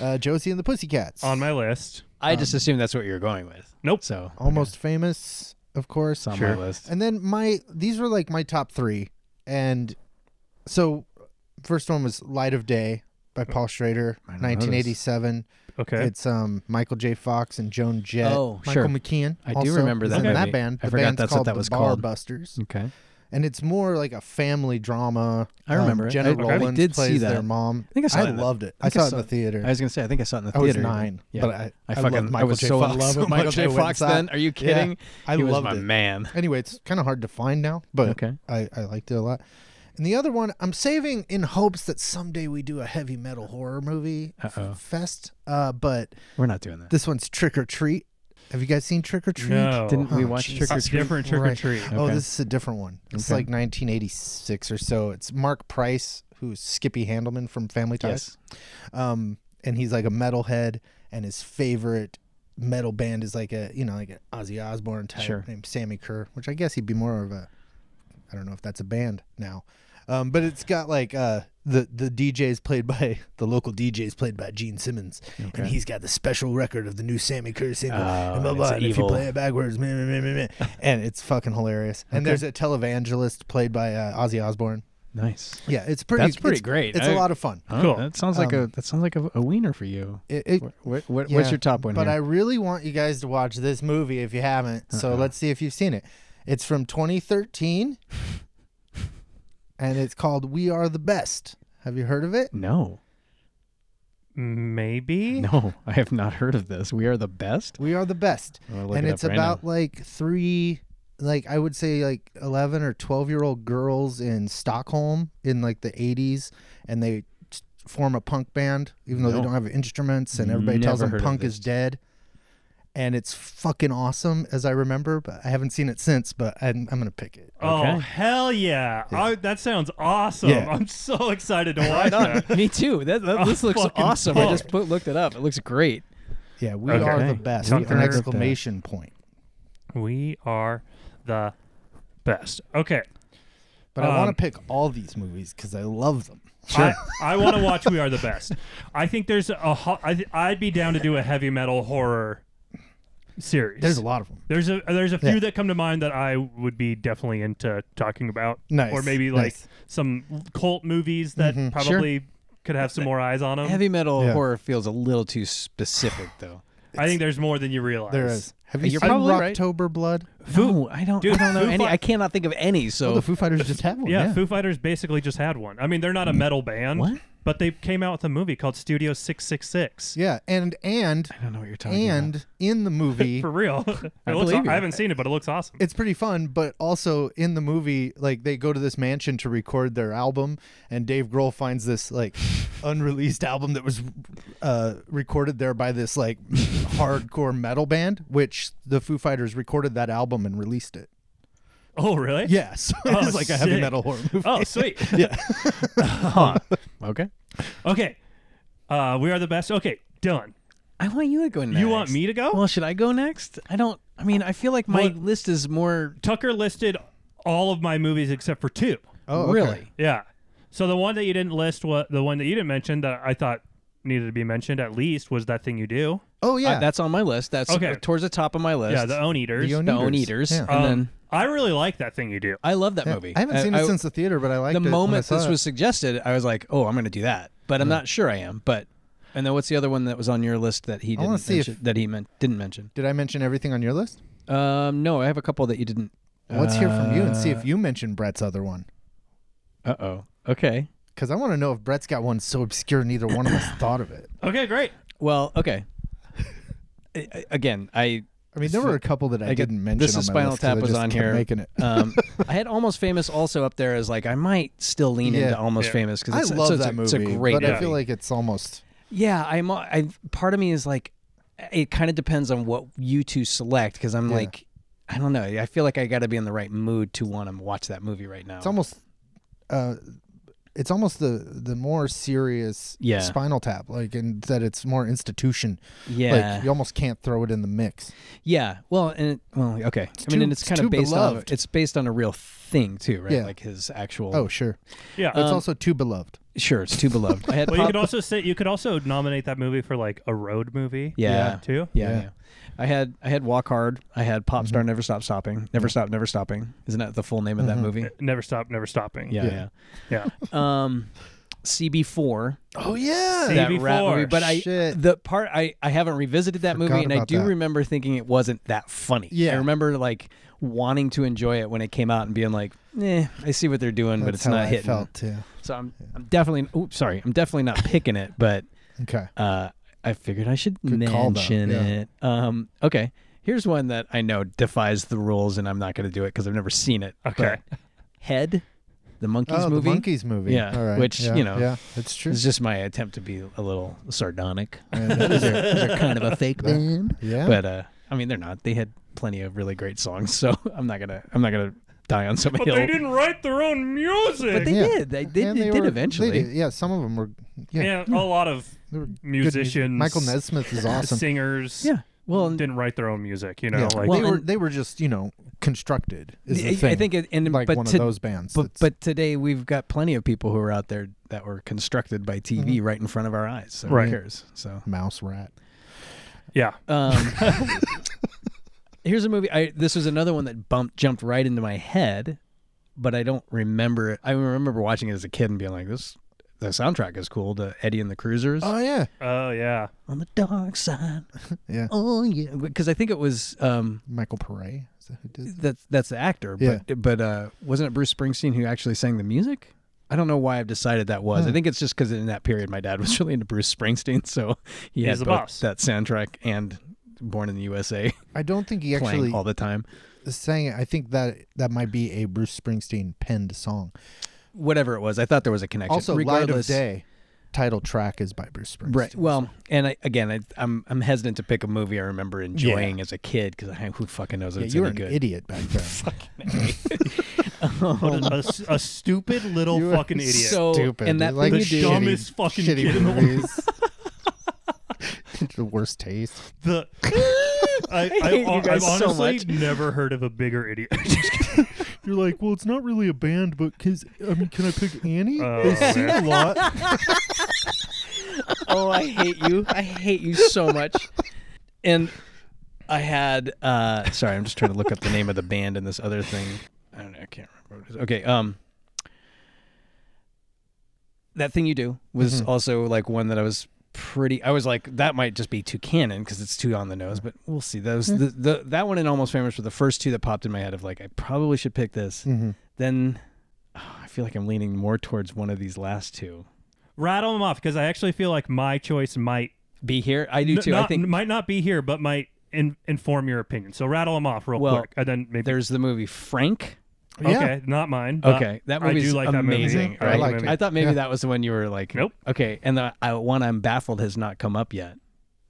Speaker 3: uh, Josie and the Pussycats.
Speaker 1: on my list.
Speaker 2: I just assumed that's what you were going with.
Speaker 1: Um, Nope.
Speaker 2: So
Speaker 3: Almost famous, of course.
Speaker 2: it's on
Speaker 1: Sure.
Speaker 2: my list.
Speaker 3: And then my these were like my top three, and
Speaker 1: Oh.
Speaker 3: so first one was Light of Day by Paul Schrader,
Speaker 2: I don't know this.
Speaker 3: 1987.
Speaker 1: Okay.
Speaker 3: It's um Michael J. Fox and Joan Jett.
Speaker 2: Oh,
Speaker 3: Michael
Speaker 2: sure.
Speaker 3: McKeon.
Speaker 2: I do
Speaker 3: also
Speaker 2: remember
Speaker 3: is
Speaker 2: that
Speaker 3: in that
Speaker 2: movie.
Speaker 3: band.
Speaker 2: I
Speaker 3: the
Speaker 2: forgot
Speaker 3: band's
Speaker 2: that's what
Speaker 3: called
Speaker 2: that
Speaker 3: the
Speaker 2: was
Speaker 3: Bar
Speaker 2: called.
Speaker 3: Busters,
Speaker 2: Okay.
Speaker 3: and it's more like a family drama.
Speaker 2: I remember
Speaker 3: Um,
Speaker 2: it.
Speaker 3: Jenna
Speaker 2: I- I
Speaker 3: Rollins
Speaker 2: did see
Speaker 3: plays
Speaker 2: that.
Speaker 3: their mom.
Speaker 2: I think I saw it in the-
Speaker 3: loved it.
Speaker 2: I
Speaker 3: I,
Speaker 2: think I
Speaker 3: saw it in
Speaker 2: saw
Speaker 3: the
Speaker 2: it.
Speaker 3: theater.
Speaker 2: I was gonna say, I think I saw it in the
Speaker 3: I was
Speaker 2: theater.
Speaker 3: nine,
Speaker 2: Yeah.
Speaker 3: but I,
Speaker 2: I
Speaker 3: I
Speaker 2: fucking
Speaker 3: loved [laughs] Michael
Speaker 2: I was
Speaker 3: J.
Speaker 2: so
Speaker 3: Fox
Speaker 2: in love
Speaker 3: so
Speaker 2: with
Speaker 3: much,
Speaker 2: Michael J.
Speaker 3: I went
Speaker 2: Fox.
Speaker 3: inside.
Speaker 2: Then are you kidding?
Speaker 3: I
Speaker 2: he was
Speaker 3: loved
Speaker 2: my
Speaker 3: it.
Speaker 2: man.
Speaker 3: Anyway, it's kind of hard to find now, but
Speaker 2: Okay.
Speaker 3: I, I liked it a lot. And the other one, I'm saving in hopes that someday we do a heavy metal horror movie f-
Speaker 2: Uh-oh.
Speaker 3: fest. Uh, but
Speaker 2: We're not doing that.
Speaker 3: this one's Trick or Treat. Have you guys seen Trick or Treat?
Speaker 1: No.
Speaker 2: Didn't we
Speaker 3: Oh,
Speaker 2: watch
Speaker 3: jeez.
Speaker 2: Trick or
Speaker 1: It's
Speaker 2: Treat?
Speaker 1: different trick or
Speaker 3: Right.
Speaker 1: treat.
Speaker 3: Oh,
Speaker 2: Okay.
Speaker 3: this is a different one. It's
Speaker 2: Okay.
Speaker 3: like 1986 or so. It's Mark Price, who's Skippy Handelman from Family Ties.
Speaker 2: Yes.
Speaker 3: um, and he's like a metalhead, and his favorite metal band is like a you know like an Ozzy Osbourne type
Speaker 2: Sure.
Speaker 3: named Sammy Kerr, which I guess he'd be more of a I don't know if that's a band now, um, but it's got like uh, the the DJs played by [laughs] the local DJs played by Gene Simmons, and he's got the special record of the new Sammy Kerr single,
Speaker 2: Oh,
Speaker 3: and blah
Speaker 2: and
Speaker 3: blah.
Speaker 2: it's
Speaker 3: And if you
Speaker 2: evil.
Speaker 3: play it backwards, meh, meh, meh, meh,
Speaker 2: [laughs]
Speaker 3: meh. and it's fucking hilarious. And
Speaker 2: Okay.
Speaker 3: there's a televangelist played by uh, Ozzy Osbourne.
Speaker 2: Nice.
Speaker 3: Yeah, it's pretty.
Speaker 2: That's pretty
Speaker 3: it's-
Speaker 2: great.
Speaker 3: It's a
Speaker 2: I-
Speaker 3: lot of fun.
Speaker 2: Huh,
Speaker 1: Cool.
Speaker 2: That sounds like a
Speaker 3: Um,
Speaker 2: that sounds like a, a wiener for you.
Speaker 3: It, it,
Speaker 2: What, what, what-
Speaker 3: Yeah,
Speaker 2: What's your top one?
Speaker 3: But I
Speaker 2: here?
Speaker 3: really want you guys to watch this movie if you haven't. So
Speaker 2: Uh-uh.
Speaker 3: let's see if you've seen it. It's from
Speaker 2: [laughs]
Speaker 3: 2013, and it's called "We Are the Best." Have you heard of it?
Speaker 2: no,
Speaker 1: Maybe.
Speaker 2: no, I have not heard of this. We are the best.
Speaker 3: We are the best,
Speaker 2: I'm gonna look
Speaker 3: and
Speaker 2: it
Speaker 3: it's
Speaker 2: up right
Speaker 3: about
Speaker 2: now.
Speaker 3: like three, like I would say like 11 or 12 year old girls in Stockholm in like the 80s, and they t- form a punk band, even though
Speaker 2: No.
Speaker 3: they don't have instruments, and everybody tells them
Speaker 2: Never heard of
Speaker 3: punk is
Speaker 2: this.
Speaker 3: dead. And it's fucking awesome, as I remember, but I haven't seen it since. But I'm, I'm gonna pick it.
Speaker 1: Oh
Speaker 2: Okay.
Speaker 1: hell yeah! I, that sounds awesome.
Speaker 3: Yeah.
Speaker 1: I'm so excited to watch that.
Speaker 2: [laughs] Me too. That, that-
Speaker 1: I'm
Speaker 3: [laughs] Oh,
Speaker 2: this looks
Speaker 1: fucking
Speaker 2: awesome. I just
Speaker 1: pumped.
Speaker 2: put, looked it up. It looks great.
Speaker 3: Yeah, we
Speaker 1: Okay.
Speaker 3: are the
Speaker 2: Okay.
Speaker 3: best.
Speaker 1: We
Speaker 3: with
Speaker 1: are
Speaker 3: an
Speaker 1: the
Speaker 3: exclamation point.
Speaker 1: We are the best. Okay,
Speaker 3: But I
Speaker 1: Um,
Speaker 3: want to pick all these movies because I love them.
Speaker 1: I, I want to watch We Are the Best. I think there's a. ho- I th- I'd be down to do a heavy metal horror series.
Speaker 3: There's a lot of them.
Speaker 1: There's a there's a few
Speaker 3: Yeah.
Speaker 1: that come to mind that I would be definitely into talking about.
Speaker 3: Nice,
Speaker 1: Or maybe like
Speaker 3: nice. Mm-hmm.
Speaker 1: some cult movies that probably could have some more eyes on them.
Speaker 2: Heavy metal
Speaker 3: Um, Yeah.
Speaker 2: horror feels a little too specific, though.
Speaker 3: [sighs]
Speaker 1: I think there's more than you realize.
Speaker 3: There is. Have you
Speaker 2: You're
Speaker 3: seen
Speaker 2: probably right.
Speaker 3: Rocktober Blood?
Speaker 2: no, I don't.
Speaker 1: dude,
Speaker 2: I don't know
Speaker 1: Foo
Speaker 2: any.
Speaker 1: Fi-
Speaker 2: I cannot think of any. So
Speaker 3: Oh, the Foo Fighters just have one.
Speaker 1: Yeah,
Speaker 3: Yeah. Mm.
Speaker 1: Foo Fighters basically just had one. I mean, they're not a metal band,
Speaker 2: What?
Speaker 1: but they came out with a movie called Studio 666.
Speaker 3: Yeah, and and
Speaker 2: I don't know what you're talking
Speaker 3: and
Speaker 2: about. [laughs]
Speaker 3: in the movie,
Speaker 1: For real. [laughs] It looks,
Speaker 2: believe you.
Speaker 1: I haven't seen it, but it looks awesome.
Speaker 3: it's pretty fun. But also in the movie, like they go to this mansion to record their album, and Dave Grohl finds this
Speaker 2: [laughs]
Speaker 3: like unreleased album that was uh, recorded there by this like hardcore metal band, which the Foo Fighters recorded that album and released it.
Speaker 1: oh, really?
Speaker 3: Yeah, [laughs] so
Speaker 1: Oh,
Speaker 3: it's like a heavy
Speaker 1: sick.
Speaker 3: metal horror
Speaker 2: [laughs]
Speaker 3: movie.
Speaker 1: Oh, sweet. [laughs]
Speaker 3: [laughs] Yeah.
Speaker 2: Okay.
Speaker 1: Okay. Uh, we are the best. Okay, Dylan.
Speaker 2: I want you to go next.
Speaker 1: You want me to go?
Speaker 2: Well, should I go next? I don't. I mean, I feel like my
Speaker 1: Well-
Speaker 2: list is more.
Speaker 1: Tucker listed all of my movies except for two.
Speaker 3: Oh, okay.
Speaker 2: Really?
Speaker 1: Yeah. So the one that you didn't list, was the one that you didn't mention that I thought needed to be mentioned at least was that thing you do.
Speaker 3: Oh
Speaker 2: Uh,
Speaker 3: yeah,
Speaker 2: that's on my list. That's
Speaker 1: Okay.
Speaker 2: towards the top of my list.
Speaker 1: Yeah, the Own Eaters.
Speaker 3: The Own-
Speaker 2: The Own
Speaker 3: Eaters.
Speaker 2: Eaters.
Speaker 3: Yeah.
Speaker 1: Um,
Speaker 2: And then
Speaker 1: I really like that thing you do.
Speaker 2: I love that
Speaker 3: Yeah,
Speaker 2: movie.
Speaker 3: I haven't seen it since the theater, but I liked
Speaker 2: the
Speaker 3: it. when I
Speaker 2: moment
Speaker 3: saw
Speaker 2: this
Speaker 3: it.
Speaker 2: was suggested. I was like, oh, I'm going to do that, but I'm not sure I am. But and then what's the other one that was on your list that he
Speaker 3: I wanna
Speaker 2: didn't
Speaker 3: see if-
Speaker 2: mention, that he meant didn't mention?
Speaker 3: Did I mention everything on your list?
Speaker 2: Um, no, I have a couple that you didn't.
Speaker 3: Let's hear from you and see if you mentioned Brett's other one,
Speaker 2: Uh oh. Okay.
Speaker 3: because I want to know if Brett's got one so obscure neither one of [coughs] us thought of it.
Speaker 1: Okay, great.
Speaker 2: Well, okay. [laughs] I- I- Again, I
Speaker 3: I mean, there were a couple that I,
Speaker 2: I get-
Speaker 3: didn't mention.
Speaker 2: This is
Speaker 3: on my
Speaker 2: Spinal
Speaker 3: list 'cause
Speaker 2: Tap
Speaker 3: I
Speaker 2: was
Speaker 3: just
Speaker 2: on
Speaker 3: kept
Speaker 2: here.
Speaker 3: making it. [laughs]
Speaker 2: um, I had Almost Famous also up there as like I might still lean
Speaker 3: Yeah.
Speaker 2: into Almost
Speaker 1: Yeah.
Speaker 2: Famous because
Speaker 3: I
Speaker 2: it's,
Speaker 3: love
Speaker 2: so it's
Speaker 3: that
Speaker 2: a,
Speaker 3: movie,
Speaker 2: It's a great
Speaker 3: but
Speaker 2: movie.
Speaker 3: I feel like it's almost
Speaker 2: yeah, I'm. I part of me is like, it kind of depends on what you two select because I'm
Speaker 3: Yeah.
Speaker 2: like, I don't know. I feel like I got to be in the right mood to want to watch that movie right now.
Speaker 3: it's almost uh, it's almost the the more serious
Speaker 2: Yeah.
Speaker 3: Spinal Tap, like in that it's more institution.
Speaker 2: yeah,
Speaker 3: Like you almost can't throw it in the mix.
Speaker 2: yeah. Well, and it, well, okay. I mean,
Speaker 3: too-
Speaker 2: and it's
Speaker 3: it's
Speaker 2: kind
Speaker 3: too
Speaker 2: of based
Speaker 3: beloved.
Speaker 2: on it's based on a real thing too, right?
Speaker 3: Yeah.
Speaker 2: Like his actual.
Speaker 3: Oh sure,
Speaker 1: Yeah. um,
Speaker 3: it's also too beloved.
Speaker 2: sure, it's too beloved. I had
Speaker 1: well, you
Speaker 2: Pop-
Speaker 1: could also say you could also nominate that movie for like a road movie.
Speaker 2: Yeah.
Speaker 1: Too.
Speaker 2: Yeah,
Speaker 3: Yeah. Mm-hmm.
Speaker 2: yeah. I had I had Walk Hard. I had Pop Star Never Stop Stopping. Never Stop Never Stopping. Isn't that the full name of that movie?
Speaker 1: Never stop, never stopping.
Speaker 2: Yeah,
Speaker 3: Yeah.
Speaker 2: yeah.
Speaker 1: Yeah.
Speaker 2: Um CB4,
Speaker 3: Oh yeah.
Speaker 1: See?
Speaker 2: that
Speaker 1: CB4.
Speaker 2: rat movie, but I
Speaker 3: Shit.
Speaker 2: the part I I haven't revisited that
Speaker 3: Forgot
Speaker 2: movie, and I
Speaker 3: about
Speaker 2: do
Speaker 3: that.
Speaker 2: remember thinking it wasn't that funny.
Speaker 3: Yeah.
Speaker 2: I remember like wanting to enjoy it when it came out and being like, eh, I see what they're doing, but
Speaker 3: That's
Speaker 2: it's
Speaker 3: how
Speaker 2: not
Speaker 3: I
Speaker 2: hitting.
Speaker 3: felt too.
Speaker 2: So I'm I'm definitely oops, sorry, I'm definitely not picking it, but
Speaker 3: Okay.
Speaker 2: uh, I figured I should
Speaker 3: Good call, though.
Speaker 2: mention
Speaker 3: Yeah.
Speaker 2: it. Um, okay, here's one that I know defies the rules, and I'm not going to do it because I've never seen it. [laughs]
Speaker 1: Okay.
Speaker 2: [laughs] but Head, the monkeys
Speaker 3: oh,
Speaker 2: movie.
Speaker 3: the monkeys movie.
Speaker 2: Yeah,
Speaker 3: All right.
Speaker 2: which,
Speaker 3: yeah,
Speaker 2: you know,
Speaker 3: Yeah, it's true.
Speaker 2: It's just my attempt to be a little
Speaker 3: [laughs]
Speaker 2: sardonic.
Speaker 3: And that was your-
Speaker 2: They're kind of a fake band,
Speaker 3: yeah.
Speaker 2: but uh, I mean they're not. They had plenty of really great songs, [laughs] so I'm not gonna I'm not gonna die on some
Speaker 1: But
Speaker 2: hill.
Speaker 1: they didn't write their own music.
Speaker 2: But they
Speaker 3: Yeah.
Speaker 2: did. They, they,
Speaker 3: And
Speaker 2: they
Speaker 3: they
Speaker 2: did
Speaker 3: were-
Speaker 2: eventually.
Speaker 3: they did. Yeah, some of them were. Yeah,
Speaker 1: [laughs] yeah, a lot of
Speaker 3: they were good music.
Speaker 1: musicians,
Speaker 3: Michael
Speaker 1: [laughs]
Speaker 3: Nesmith is awesome.
Speaker 1: singers,
Speaker 2: Yeah. Well, and-
Speaker 1: didn't write their own music. You know,
Speaker 3: Yeah,
Speaker 1: like
Speaker 2: Well,
Speaker 3: they were
Speaker 2: and-
Speaker 3: they were just you know constructed. Is the
Speaker 2: I-
Speaker 3: thing.
Speaker 2: I think it, and
Speaker 3: like
Speaker 2: but
Speaker 3: one
Speaker 2: to-
Speaker 3: of those bands.
Speaker 2: But
Speaker 3: that's-
Speaker 2: but today we've got plenty of people who are out there that were constructed by TV right in front of our eyes. So
Speaker 1: Right.
Speaker 2: who cares? So
Speaker 3: Mouse Rat.
Speaker 1: yeah,
Speaker 2: um, here's a movie. I this was another one that bumped jumped right into my head, but I don't remember it. I remember watching it as a kid and being like, "This the soundtrack is cool." To Eddie and the Cruisers
Speaker 3: Oh yeah,
Speaker 1: oh yeah,
Speaker 2: on the dark side.
Speaker 3: yeah.
Speaker 2: Oh yeah, because I think it was um,
Speaker 3: Michael Paré. Is that who did that?
Speaker 2: that's that's the actor,
Speaker 3: Yeah.
Speaker 2: but but uh, wasn't it Bruce Springsteen who actually sang the music? I don't know why I've decided that was. I think it's just because in that period my dad was [laughs] really into Bruce Springsteen, so he
Speaker 1: He's
Speaker 2: had
Speaker 1: the
Speaker 2: both
Speaker 1: boss.
Speaker 2: that soundtrack and Born in the USA
Speaker 3: I don't think he
Speaker 2: playing
Speaker 3: actually
Speaker 2: all the time.
Speaker 3: sang it. I think that that might be a Bruce Springsteen penned song.
Speaker 2: Whatever it was, I thought there was a connection.
Speaker 3: Also, Light of
Speaker 2: Regardless,
Speaker 3: Day title track is by Bruce Springsteen.
Speaker 2: Right. Well, and I, again, I, I'm I'm hesitant to pick a movie I remember enjoying as a kid because who fucking knows if
Speaker 3: yeah,
Speaker 2: it's
Speaker 3: you were
Speaker 2: any
Speaker 3: an
Speaker 2: good.
Speaker 3: idiot back
Speaker 2: [laughs]
Speaker 3: then.
Speaker 1: What a, a s- a stupid little
Speaker 3: You were
Speaker 1: fucking idiot.
Speaker 2: [laughs] So
Speaker 3: Stupid.
Speaker 2: and that
Speaker 3: Like
Speaker 2: thing
Speaker 1: the
Speaker 2: you do,
Speaker 1: dumb- dumbest fucking
Speaker 3: shitty
Speaker 1: kid in the world.
Speaker 2: [laughs]
Speaker 3: movies. [laughs] the worst taste.
Speaker 1: the I,
Speaker 2: I hate you
Speaker 1: I, have
Speaker 2: guys so
Speaker 1: honestly
Speaker 2: much.
Speaker 1: never heard of a bigger idiot. [laughs]
Speaker 3: You're like, well, it's not really a band, but cause I mean, can I pick Annie?
Speaker 1: Oh,
Speaker 3: they sing
Speaker 1: man.
Speaker 3: a
Speaker 2: [laughs]
Speaker 3: lot.
Speaker 2: oh, I hate you. I hate you so much. And I had uh sorry, I'm just trying to look up the name of the band and this other thing. I don't know, I can't remember what it is. Okay, um That thing you do was
Speaker 1: Mm-hmm.
Speaker 2: also like one that I was pretty I was like that might just be too canon because it's too on the nose, but we'll see. Those
Speaker 1: Hmm.
Speaker 2: the, the that one and Almost Famous were the first two that popped in my head of like I probably should pick this.
Speaker 1: Mm-hmm.
Speaker 2: Then oh, I feel like I'm leaning more towards one of these last two.
Speaker 1: Rattle them off because I actually feel like my choice might
Speaker 2: Be here. I do
Speaker 1: n-
Speaker 2: too.
Speaker 1: not,
Speaker 2: I think
Speaker 1: might not be here, but might in, inform your opinion. So rattle them off real
Speaker 2: Well,
Speaker 1: quick, and then maybe
Speaker 2: There's the movie Frank.
Speaker 1: okay, not mine.
Speaker 3: Uh,
Speaker 1: but
Speaker 2: Okay, that
Speaker 1: I
Speaker 2: movie's
Speaker 1: do like
Speaker 2: amazing.
Speaker 1: that movie. I like
Speaker 3: liked
Speaker 2: right?
Speaker 1: that
Speaker 3: it.
Speaker 2: I
Speaker 1: movie.
Speaker 2: thought maybe
Speaker 3: Yeah.
Speaker 2: that was the one you were like,
Speaker 1: Nope.
Speaker 2: Okay, and the I, one I'm baffled has not come up yet.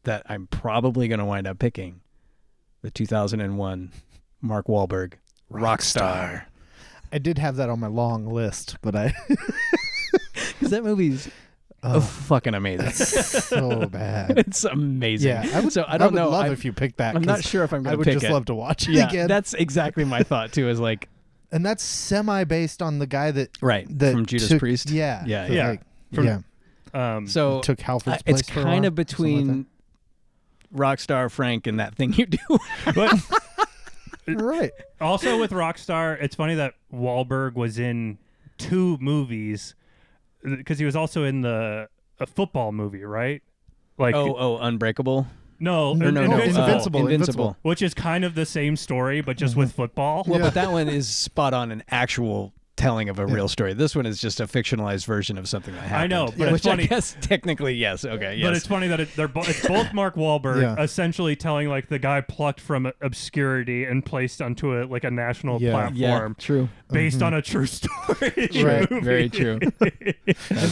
Speaker 2: That I'm probably going to wind up picking, the 2001 Mark Wahlberg [laughs] Rockstar.
Speaker 3: I did have that on my long list, but I [laughs]
Speaker 2: Because that movie's
Speaker 3: Oh. [laughs]
Speaker 2: fucking amazing.
Speaker 3: so bad.
Speaker 2: it's amazing.
Speaker 3: Yeah, I would.
Speaker 2: so [laughs] I don't
Speaker 3: would
Speaker 2: know.
Speaker 3: Love
Speaker 2: I'm,
Speaker 3: if you picked that.
Speaker 2: I'm
Speaker 3: 'cause
Speaker 2: not sure if I'm going
Speaker 3: I
Speaker 2: to
Speaker 3: would
Speaker 2: pick
Speaker 3: just
Speaker 2: it.
Speaker 3: love to watch it
Speaker 2: [laughs] yeah,
Speaker 3: again.
Speaker 2: that's exactly my thought too. Is like
Speaker 3: and that's semi based on the guy that
Speaker 2: right
Speaker 3: that
Speaker 2: from Judas
Speaker 3: took-
Speaker 2: Priest.
Speaker 3: Yeah,
Speaker 2: Yeah,
Speaker 3: that,
Speaker 1: yeah.
Speaker 3: like,
Speaker 1: From-
Speaker 3: yeah.
Speaker 1: Um,
Speaker 2: So
Speaker 3: took Halford's
Speaker 2: Uh, it's
Speaker 3: place. for a
Speaker 2: kind
Speaker 3: while,
Speaker 2: of
Speaker 3: something like
Speaker 2: between Rockstar Frank and that thing
Speaker 1: [laughs]
Speaker 2: you do. [laughs]
Speaker 1: but
Speaker 3: that. right.
Speaker 1: also with Rockstar, it's funny that Wahlberg was in two movies because he was also in the a football movie, right? Like
Speaker 2: oh, oh, Unbreakable.
Speaker 1: no,
Speaker 2: Or no, no,
Speaker 1: Invincible,
Speaker 2: uh,
Speaker 3: Invincible,
Speaker 2: Invincible.
Speaker 3: Invincible.
Speaker 1: which is kind of the same story, but just with football.
Speaker 2: Well, but that one is spot on an actual telling of a real story. This one is just a fictionalized version of something that happened.
Speaker 1: I know, but
Speaker 2: Yeah,
Speaker 1: it's
Speaker 2: which I
Speaker 1: funny.
Speaker 2: guess technically yes. Okay,
Speaker 1: But
Speaker 2: yes.
Speaker 1: it's funny that it, they're bo- it's both Mark Wahlberg
Speaker 3: Yeah.
Speaker 1: essentially telling like the guy plucked from obscurity and placed onto a like a national
Speaker 3: Yeah.
Speaker 2: yeah,
Speaker 1: platform
Speaker 2: true. Mm-hmm.
Speaker 1: based on a true [laughs] story.
Speaker 3: Right,
Speaker 1: movie.
Speaker 2: Very true.
Speaker 1: [laughs]
Speaker 2: That's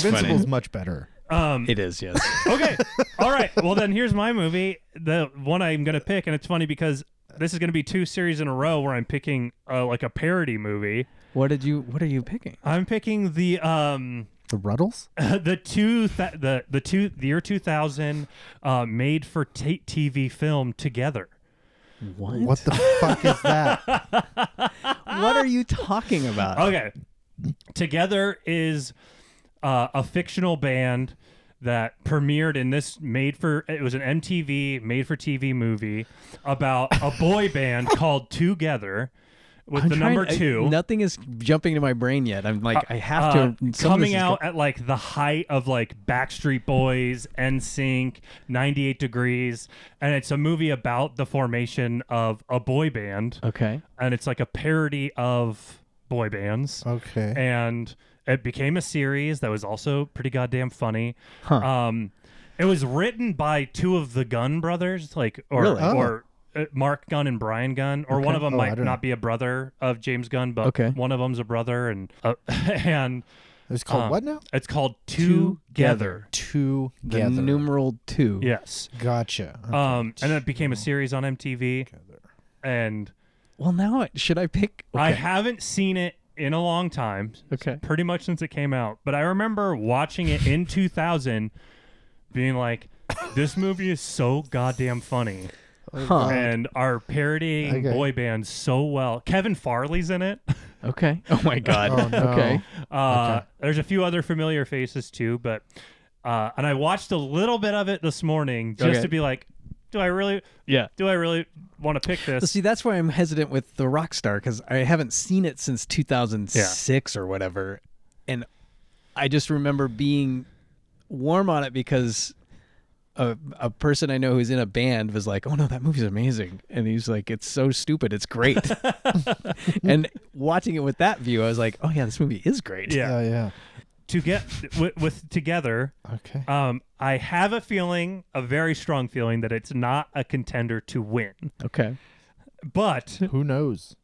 Speaker 3: Invincible's
Speaker 2: funny.
Speaker 3: much better.
Speaker 1: Um,
Speaker 2: It
Speaker 1: [laughs]
Speaker 2: is yes.
Speaker 1: okay. All right. Well, then here's my movie, the one I'm going to pick. And it's funny because this is going to be two series in a row where I'm picking uh, like a parody movie.
Speaker 2: what did you? What are you picking?
Speaker 1: I'm picking the. um. [laughs]
Speaker 3: The Ruddles.
Speaker 1: the two th- the the two the year 2000 uh, made for t- TV film together.
Speaker 2: What?
Speaker 3: What the fuck is
Speaker 1: [laughs]
Speaker 3: that?
Speaker 2: What are you talking about?
Speaker 1: Okay. Together is uh, a fictional band that premiered in this made for it was an [laughs] MTV made for TV movie about a boy band called Together with
Speaker 2: I'm
Speaker 1: the
Speaker 2: trying-
Speaker 1: number
Speaker 2: I-
Speaker 1: two.
Speaker 2: nothing is jumping to my brain yet. I'm like, I have
Speaker 1: uh,
Speaker 2: to. some of this
Speaker 1: coming
Speaker 2: is
Speaker 1: out
Speaker 2: go-
Speaker 1: at like the height of like Backstreet Boys, NSYNC, 98 Degrees, and it's a movie about the formation of a boy band,
Speaker 2: okay.
Speaker 1: and it's like a parody of boy bands,
Speaker 3: Okay.
Speaker 1: and it became a series that was also pretty goddamn funny. Um, it was written by two of the Gunn brothers, like or
Speaker 2: Really?
Speaker 3: Oh.
Speaker 1: or. uh, Mark Gunn and Brian Gunn, or one of them
Speaker 3: Oh, I
Speaker 1: might
Speaker 3: don't
Speaker 1: not be a brother of James Gunn, but
Speaker 2: Okay.
Speaker 1: one of them's a brother, and uh, [laughs] and
Speaker 3: It was called
Speaker 1: um,
Speaker 3: what now?
Speaker 1: It's called Together.
Speaker 3: Two
Speaker 2: The numeral two.
Speaker 1: Yes.
Speaker 3: Gotcha.
Speaker 1: Um, and then it became a series on MTV. And
Speaker 2: Well, now it- should I pick? Okay.
Speaker 1: I haven't seen it in a long time.
Speaker 2: Okay.
Speaker 1: Pretty much since it came out. But I remember watching it in 2000, being like, this movie is so goddamn funny.
Speaker 2: Huh.
Speaker 1: And are parodying
Speaker 3: Okay.
Speaker 1: boy bands so well. Kevin Farley's in it. [laughs]
Speaker 2: Okay. Oh my God.
Speaker 3: Oh, no.
Speaker 2: Okay.
Speaker 1: Uh, There's a few other familiar faces too, but uh, and I watched a little bit of it this morning just
Speaker 2: Okay.
Speaker 1: to be like, do I really,
Speaker 2: Yeah.
Speaker 1: do I really want to pick
Speaker 2: Well,
Speaker 1: this?
Speaker 2: see, that's why I'm hesitant with the rock star because I haven't seen it since 2006 or whatever, and I just remember being warm on it because a a person I know who's in a band was like, "Oh no, that movie's amazing," and he's like, "It's so stupid, it's
Speaker 1: [laughs]
Speaker 2: great." [laughs] and watching it with that view, I was like, "Oh yeah, this movie is great."
Speaker 1: Yeah,
Speaker 3: Oh yeah.
Speaker 1: to get with, with together.
Speaker 3: Okay.
Speaker 1: Um, I have a feeling, a very strong feeling, that it's not a contender to win.
Speaker 2: Okay.
Speaker 1: But
Speaker 3: Who knows?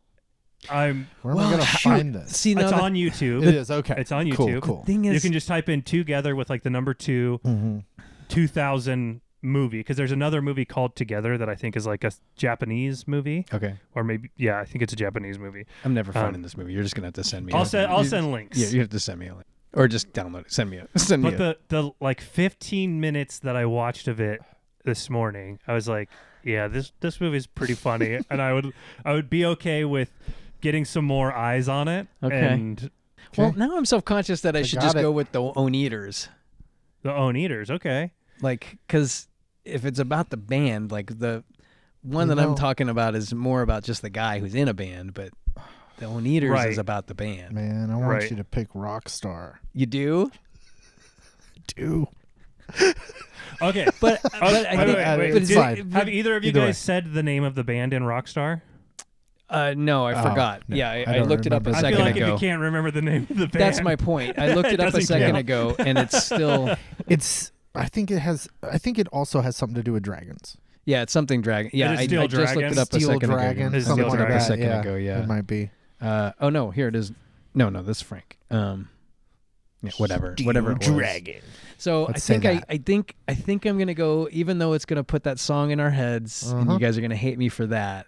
Speaker 1: I'm.
Speaker 3: Where am I gonna find this?
Speaker 2: See, now
Speaker 1: It's
Speaker 2: the
Speaker 1: on YouTube.
Speaker 3: It is okay.
Speaker 1: It's on YouTube.
Speaker 3: Cool. Cool. Mm-hmm.
Speaker 2: thing is,
Speaker 1: You can just type in together with like the number two, 2000 movie because there's another movie called Together that I think is like a Japanese movie.
Speaker 2: okay.
Speaker 1: or maybe yeah, I think it's a Japanese movie.
Speaker 2: I'm never finding this movie. You're just gonna have to send me.
Speaker 1: Um, I'll
Speaker 2: a-
Speaker 1: send I'll send links.
Speaker 2: Yeah, you have to send me a link, or just download it. Send me a [laughs] send me.
Speaker 1: but
Speaker 2: a-
Speaker 1: the the like 15 minutes that I watched of it this morning, I was like, yeah, this this movie's pretty
Speaker 2: [laughs]
Speaker 1: funny, and I would I would be okay with getting some more eyes on it.
Speaker 2: Okay.
Speaker 1: And
Speaker 2: Well, now I'm self conscious that I, should
Speaker 3: got
Speaker 2: just
Speaker 3: it.
Speaker 2: go with the own eaters,
Speaker 1: the Own Eaters, okay.
Speaker 2: like because if it's about the band, like the one
Speaker 3: You
Speaker 2: that I'm
Speaker 3: know-
Speaker 2: talking about is more about just the guy who's in a band, but the own eaters
Speaker 1: Right.
Speaker 2: is about the band.
Speaker 3: Man, I want
Speaker 1: Right.
Speaker 3: you to pick Rockstar.
Speaker 2: You do,
Speaker 3: Do.
Speaker 1: Okay.
Speaker 2: [laughs]
Speaker 3: [laughs]
Speaker 2: but but
Speaker 1: wait,
Speaker 2: I think
Speaker 1: wait, wait.
Speaker 2: but
Speaker 3: It's
Speaker 2: did-
Speaker 3: fine.
Speaker 1: Have either of you
Speaker 3: Either
Speaker 1: guys
Speaker 3: way.
Speaker 1: said the name of the band in Rockstar?
Speaker 2: uh, no, I
Speaker 3: Oh,
Speaker 2: forgot.
Speaker 3: no,
Speaker 2: yeah,
Speaker 3: I
Speaker 2: I, I
Speaker 3: don't
Speaker 2: looked it up a
Speaker 3: remember.
Speaker 1: I
Speaker 2: second
Speaker 1: feel like
Speaker 2: ago.
Speaker 1: if you can't remember the name of the band,
Speaker 2: That's my point. I looked
Speaker 1: [laughs] It
Speaker 2: it up a
Speaker 1: doesn't
Speaker 2: second
Speaker 1: count.
Speaker 2: ago, and it's
Speaker 3: [laughs]
Speaker 2: still
Speaker 3: It's. I think it has. I think it also has something to do with dragons.
Speaker 2: yeah, it's something dragon.
Speaker 1: Is
Speaker 2: Yeah,
Speaker 1: it
Speaker 2: I,
Speaker 1: Steel
Speaker 2: I just looked
Speaker 1: Dragon?
Speaker 2: it up a
Speaker 3: Steel
Speaker 2: second
Speaker 3: dragon.
Speaker 2: ago.
Speaker 1: Is it
Speaker 2: I
Speaker 3: something
Speaker 2: looked
Speaker 1: Steel
Speaker 2: it
Speaker 3: like
Speaker 2: up a
Speaker 3: that.
Speaker 2: second
Speaker 3: yeah.
Speaker 2: ago. Yeah,
Speaker 3: It might be.
Speaker 2: Uh, oh no, here it is. No, no, this is Frank. Um, yeah, whatever, whatever. It was. So
Speaker 3: Let's
Speaker 2: I
Speaker 3: say
Speaker 2: think I,
Speaker 3: that.
Speaker 2: I think I think I'm gonna go. Even though it's gonna put that song in our heads, and you
Speaker 3: Uh-huh.
Speaker 2: guys are gonna hate me for that.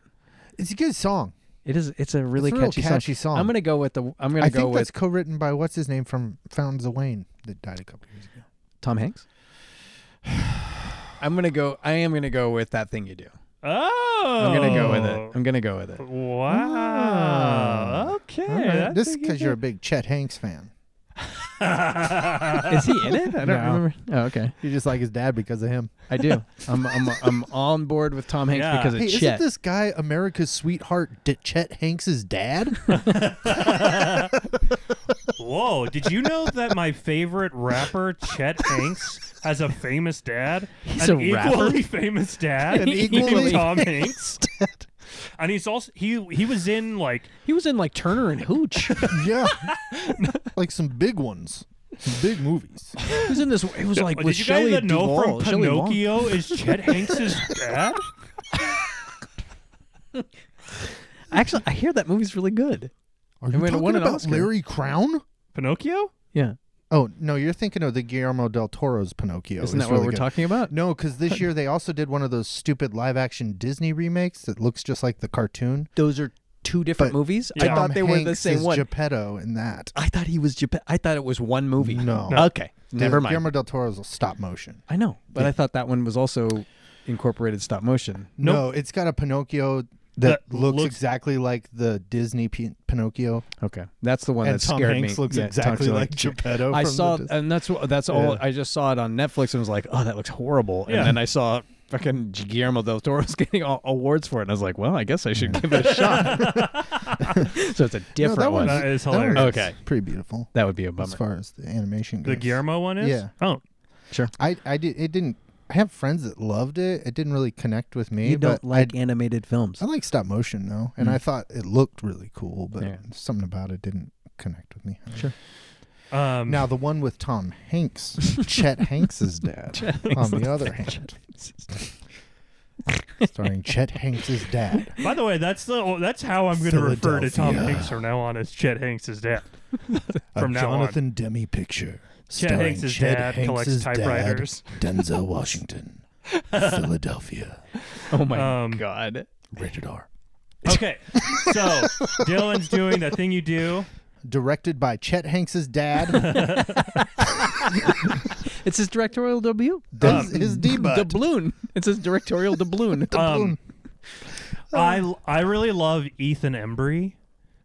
Speaker 3: It's a good song.
Speaker 2: It is. It's a really
Speaker 3: It's a real
Speaker 2: catchy,
Speaker 3: catchy song.
Speaker 2: I'm gonna go with the. I'm gonna
Speaker 3: I
Speaker 2: go
Speaker 3: think that's
Speaker 2: with
Speaker 3: co-written by what's his name from Fountains of Wayne that died a couple years ago.
Speaker 2: Tom Hanks. [sighs] I'm gonna go. I am gonna go with that thing you do.
Speaker 1: [laughs] Oh,
Speaker 2: I'm gonna go with it. I'm gonna go with it. Oh.
Speaker 1: Wow. Okay.
Speaker 3: All
Speaker 1: that's
Speaker 3: right. This
Speaker 1: a good
Speaker 3: because you're a big Chet Hanks fan.
Speaker 2: [laughs] Is he in it? [laughs] I don't
Speaker 3: No.
Speaker 2: remember. Oh, okay.
Speaker 3: You just like his dad because of [laughs] him.
Speaker 2: I do. I'm I'm I'm on board with Tom Hanks
Speaker 1: Yeah.
Speaker 2: because of
Speaker 3: Hey,
Speaker 2: Chet.
Speaker 3: isn't this guy America's sweetheart, D- Chet Hanks' dad?
Speaker 1: Whoa, did you know that my favorite rapper, Chet Hanks, has a famous dad?
Speaker 2: He's
Speaker 1: An
Speaker 2: a
Speaker 1: equally famous dad. [laughs]
Speaker 3: An equally
Speaker 1: named Tom
Speaker 3: [laughs]
Speaker 1: Hanks. And he's also he he was in like
Speaker 2: he was in like Turner
Speaker 3: [laughs]
Speaker 2: and Hooch.
Speaker 3: [laughs] yeah, like some big ones, some big movies.
Speaker 2: He was in this. It was like
Speaker 1: Oh, did
Speaker 2: with
Speaker 1: you guys
Speaker 2: Shelley
Speaker 1: even know
Speaker 2: Duvall,
Speaker 1: from
Speaker 2: Shelley Long.
Speaker 1: Pinocchio is Chet Hanks'
Speaker 2: [laughs]
Speaker 1: dad?
Speaker 2: Actually, I hear that movie's really good.
Speaker 3: Are you
Speaker 2: mean, it won
Speaker 3: talking
Speaker 2: an
Speaker 3: about
Speaker 2: Oscar.
Speaker 3: Larry Crown?
Speaker 1: Pinocchio?
Speaker 2: Yeah,
Speaker 3: Oh no, you're thinking of the Guillermo del Toro's Pinocchio.
Speaker 2: isn't
Speaker 3: It's
Speaker 2: that what
Speaker 3: really
Speaker 2: we're
Speaker 3: good.
Speaker 2: talking about?
Speaker 3: No, because this year they also did one of those stupid live-action Disney remakes that looks just like the cartoon.
Speaker 2: Those are two different
Speaker 3: But
Speaker 2: movies. I
Speaker 1: Tom
Speaker 2: thought they were the
Speaker 3: Hanks
Speaker 2: same
Speaker 3: is
Speaker 2: one.
Speaker 3: Geppetto in that.
Speaker 2: I thought he was Japan. I thought it was one movie.
Speaker 3: No.
Speaker 2: Okay, never
Speaker 3: The
Speaker 2: mind.
Speaker 3: Guillermo del Toro's a stop motion.
Speaker 2: I know, but I thought that one was also incorporated stop motion.
Speaker 3: No, it's got a Pinocchio that,
Speaker 1: That
Speaker 3: looks,
Speaker 1: looks-
Speaker 3: exactly like the Disney P- Pinocchio,
Speaker 2: Okay, that's the one
Speaker 3: and
Speaker 2: that
Speaker 3: Tom
Speaker 2: scared
Speaker 3: Hanks
Speaker 2: me.
Speaker 3: looks
Speaker 2: Yeah, Tom
Speaker 3: exactly
Speaker 2: Hanks-
Speaker 3: like Geppetto.
Speaker 2: I
Speaker 3: from the
Speaker 2: saw,
Speaker 3: Dis-
Speaker 2: and that's what that's all.
Speaker 3: Yeah.
Speaker 2: I just saw it on Netflix and was like, "Oh, that looks horrible." And
Speaker 1: Yeah.
Speaker 2: then I saw fucking Guillermo del Toro's [laughs] getting all awards for it, and I was like, well, I guess I should give
Speaker 3: [laughs]
Speaker 2: it a shot. [laughs] so it's a different
Speaker 3: that one
Speaker 2: one.
Speaker 1: That is
Speaker 3: that one
Speaker 1: hilarious.
Speaker 2: Okay.
Speaker 3: pretty beautiful
Speaker 2: That would be a
Speaker 3: as
Speaker 2: bummer.
Speaker 3: far as the animation goes.
Speaker 1: The Guillermo one is.
Speaker 3: Yeah.
Speaker 1: Oh,
Speaker 3: I I did it didn't. I have friends that loved it. It didn't really connect with me.
Speaker 2: You don't
Speaker 3: but
Speaker 2: like animated films.
Speaker 3: I like stop motion though,
Speaker 1: Mm.
Speaker 3: and I thought it looked really cool, but
Speaker 2: Yeah.
Speaker 3: something about it didn't
Speaker 1: [laughs]
Speaker 3: connect with me.
Speaker 1: Mm.
Speaker 2: Sure.
Speaker 1: um,
Speaker 3: Now the one with Tom Hanks,
Speaker 2: [laughs]
Speaker 3: Chet Hanks's dad. on the other hand, [laughs] starring Chet Hanks's dad.
Speaker 1: By the way, that's the that's how I'm going to refer to Tom
Speaker 3: Philadelphia.
Speaker 1: Hanks from now on as Chet Hanks' dad.
Speaker 3: A
Speaker 1: From now on.
Speaker 3: Jonathan Demi picture.
Speaker 1: Chet
Speaker 3: starring
Speaker 1: Hanks'
Speaker 3: Chet
Speaker 1: dad
Speaker 3: Hanks's
Speaker 1: collects
Speaker 3: dad,
Speaker 1: typewriters. [laughs]
Speaker 3: Denzel Washington, Philadelphia,
Speaker 2: Oh my
Speaker 1: Um,
Speaker 2: god.
Speaker 3: rated R.
Speaker 2: [laughs]
Speaker 1: Okay, so Dylan's doing that thing you do.
Speaker 3: Directed by Chet Hanks's dad.
Speaker 1: [laughs]
Speaker 2: It's his directorial debut.
Speaker 3: That's his
Speaker 2: [laughs]
Speaker 3: debut.
Speaker 2: Doubloon. It's
Speaker 3: [laughs]
Speaker 2: his directorial doubloon.
Speaker 1: Um, [laughs] I
Speaker 3: Oh.
Speaker 1: I really love Ethan Embry.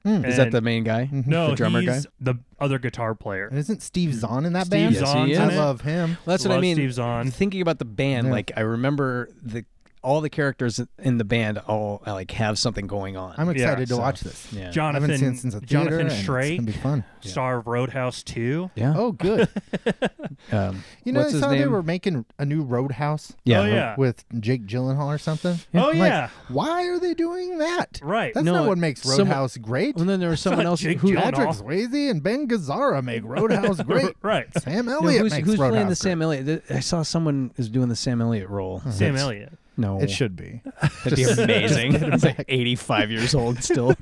Speaker 3: Hmm.
Speaker 2: Is that
Speaker 1: And-
Speaker 2: the main guy?
Speaker 3: Mm-hmm.
Speaker 1: no
Speaker 2: the drummer
Speaker 1: he's
Speaker 2: guy?
Speaker 1: the other guitar player.
Speaker 3: And isn't Steve Zahn in that
Speaker 1: Steve
Speaker 3: band?
Speaker 2: Yes, he
Speaker 1: Zahn's
Speaker 2: is.
Speaker 1: in
Speaker 3: I
Speaker 1: it.
Speaker 3: love him.
Speaker 2: That's what I
Speaker 1: Love
Speaker 2: mean.
Speaker 1: Steve Zahn.
Speaker 2: Thinking about the band, like I remember the all the characters in the band all like have something going on.
Speaker 3: I'm excited to
Speaker 2: so-
Speaker 3: watch this.
Speaker 2: yeah.
Speaker 3: I haven't seen it since
Speaker 1: Jonathan
Speaker 3: the theater,
Speaker 1: Jonathan
Speaker 3: and It's gonna
Speaker 1: Strait,
Speaker 3: be fun.
Speaker 1: star of Roadhouse 2.
Speaker 2: yeah.
Speaker 3: Oh, good.
Speaker 2: Um,
Speaker 3: Oh, You know, I
Speaker 2: what's his
Speaker 3: saw
Speaker 2: name?
Speaker 3: they were making a new Roadhouse. uh,
Speaker 2: yeah.
Speaker 1: Oh, yeah.
Speaker 3: with Jake Gyllenhaal or something.
Speaker 1: Oh,
Speaker 3: I'm
Speaker 1: yeah.
Speaker 3: Why are they doing that?
Speaker 1: Right.
Speaker 3: That's
Speaker 2: No,
Speaker 3: not what makes
Speaker 2: someone-
Speaker 3: Roadhouse great.
Speaker 2: And then there was someone
Speaker 1: not
Speaker 2: else
Speaker 1: Jake
Speaker 2: who
Speaker 1: Gyllenhaal.
Speaker 3: Patrick Swayze and Ben Gazzara make Roadhouse
Speaker 2: [laughs]
Speaker 3: great.
Speaker 1: [laughs]
Speaker 3: [laughs]
Speaker 1: right.
Speaker 3: Sam
Speaker 2: No,
Speaker 3: Elliott
Speaker 2: who's
Speaker 3: makes
Speaker 2: who's
Speaker 3: Roadhouse
Speaker 2: playing the
Speaker 3: great.
Speaker 2: Sam Elliott? Th- I saw someone is doing the Sam Elliott role.
Speaker 1: Sam
Speaker 2: That's-
Speaker 1: Elliott.
Speaker 2: No,
Speaker 3: Uh-huh. It should
Speaker 2: [laughs]
Speaker 3: be.
Speaker 2: That'd be amazing. It's like 85 years old
Speaker 3: [laughs]
Speaker 2: still.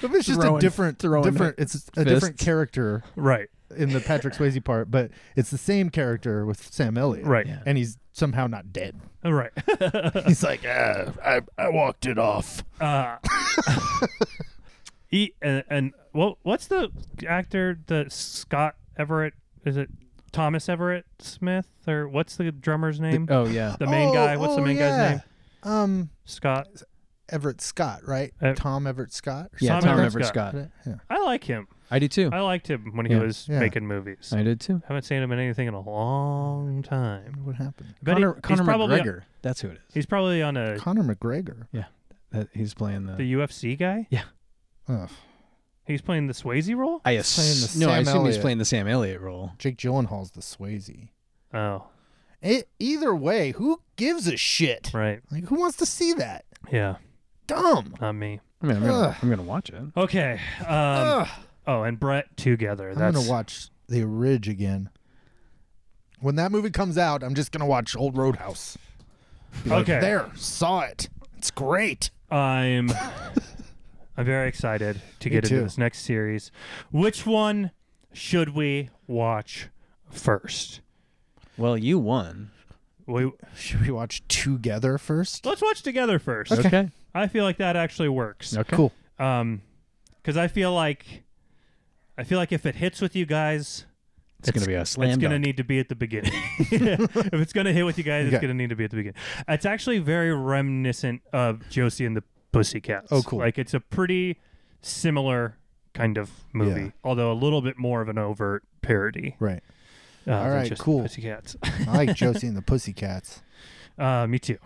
Speaker 3: But it's just
Speaker 2: Throwing-
Speaker 3: a different,
Speaker 2: throwing
Speaker 3: different. It's a different
Speaker 2: fists.
Speaker 3: character
Speaker 1: Right.
Speaker 3: in the Patrick Swayze part, but it's the same character with Sam Elliott.
Speaker 1: Right.
Speaker 2: Yeah.
Speaker 3: And he's somehow not
Speaker 2: [laughs]
Speaker 3: dead.
Speaker 1: Right. [laughs]
Speaker 3: He's like, ah, I, I walked it off.
Speaker 1: Uh, [laughs] he, and, and well, what's the actor, the Scott Everett? Is it Thomas Everett Smith? Or what's the drummer's name?
Speaker 2: oh yeah.
Speaker 1: The, main
Speaker 3: Oh,
Speaker 1: guy. What's the
Speaker 3: oh,
Speaker 1: main
Speaker 3: yeah.
Speaker 1: guy's name?
Speaker 3: Um,
Speaker 1: Scott.
Speaker 3: Everett Scott, right?
Speaker 1: Uh,
Speaker 3: Tom Everett Scott. or
Speaker 2: Yeah,
Speaker 1: Simon
Speaker 2: Tom
Speaker 1: Everett
Speaker 2: Everett
Speaker 1: Scott.
Speaker 2: Scott.
Speaker 3: something? Yeah.
Speaker 1: I like him.
Speaker 2: I do too.
Speaker 1: I liked him when
Speaker 2: Yeah.
Speaker 1: he was
Speaker 3: Yeah.
Speaker 1: making movies.
Speaker 2: I did too.
Speaker 1: haven't seen him in anything in a long time.
Speaker 3: What happened?
Speaker 1: I bet he-
Speaker 2: Connor, Connor
Speaker 1: he's probably
Speaker 2: McGregor. That's who it is.
Speaker 1: he's probably on a
Speaker 3: Conor McGregor.
Speaker 2: That- he's playing the.
Speaker 1: the UFC guy.
Speaker 3: Ugh.
Speaker 1: He's playing the Swayze role.
Speaker 2: I
Speaker 3: playing the
Speaker 2: ass- no,
Speaker 3: Sam
Speaker 2: I assume he's
Speaker 3: Elliott.
Speaker 2: playing the Sam Elliott role.
Speaker 3: Jake Gyllenhaal's the Swayze.
Speaker 1: Oh,
Speaker 3: It, either way, who gives a shit?
Speaker 1: right.
Speaker 3: Like, who wants to see that?
Speaker 1: Yeah,
Speaker 3: Dumb.
Speaker 1: not me.
Speaker 2: I mean, I'm gonna,
Speaker 3: Ugh.
Speaker 2: I'm gonna watch it.
Speaker 1: Okay. Um,
Speaker 3: Ugh.
Speaker 1: oh, and Brett together.
Speaker 3: I'm
Speaker 1: That's
Speaker 3: gonna watch The Ridge again. When that movie comes out, I'm just gonna watch Old Roadhouse. Be like,
Speaker 1: Okay.
Speaker 3: there, saw it. It's great. [laughs]
Speaker 1: I'm. I'm very excited to get into
Speaker 3: too.
Speaker 1: this next series. Which one should we watch first?
Speaker 2: Well, you won.
Speaker 1: We
Speaker 3: Should we watch Together first?
Speaker 1: let's watch together first.
Speaker 2: Okay.
Speaker 1: I feel like that actually works.
Speaker 2: Okay.
Speaker 3: Cool.
Speaker 1: um because i feel like i feel like if it hits with you guys
Speaker 2: It's, gonna be a slam
Speaker 1: it's
Speaker 2: dunk.
Speaker 1: going to need to be at the beginning [laughs] if it's going to hit with you guys it's
Speaker 3: Okay.
Speaker 1: going to need to be at the beginning it's actually very reminiscent of josie and the pussycats
Speaker 3: Oh, cool.
Speaker 1: like it's a pretty similar kind of movie
Speaker 3: Yeah.
Speaker 1: although a little bit more of an overt parody
Speaker 3: Right.
Speaker 1: uh, than
Speaker 3: right,
Speaker 1: just
Speaker 3: cool.
Speaker 1: pussycats [laughs]
Speaker 3: I like Josie and the Pussycats.
Speaker 1: uh, me too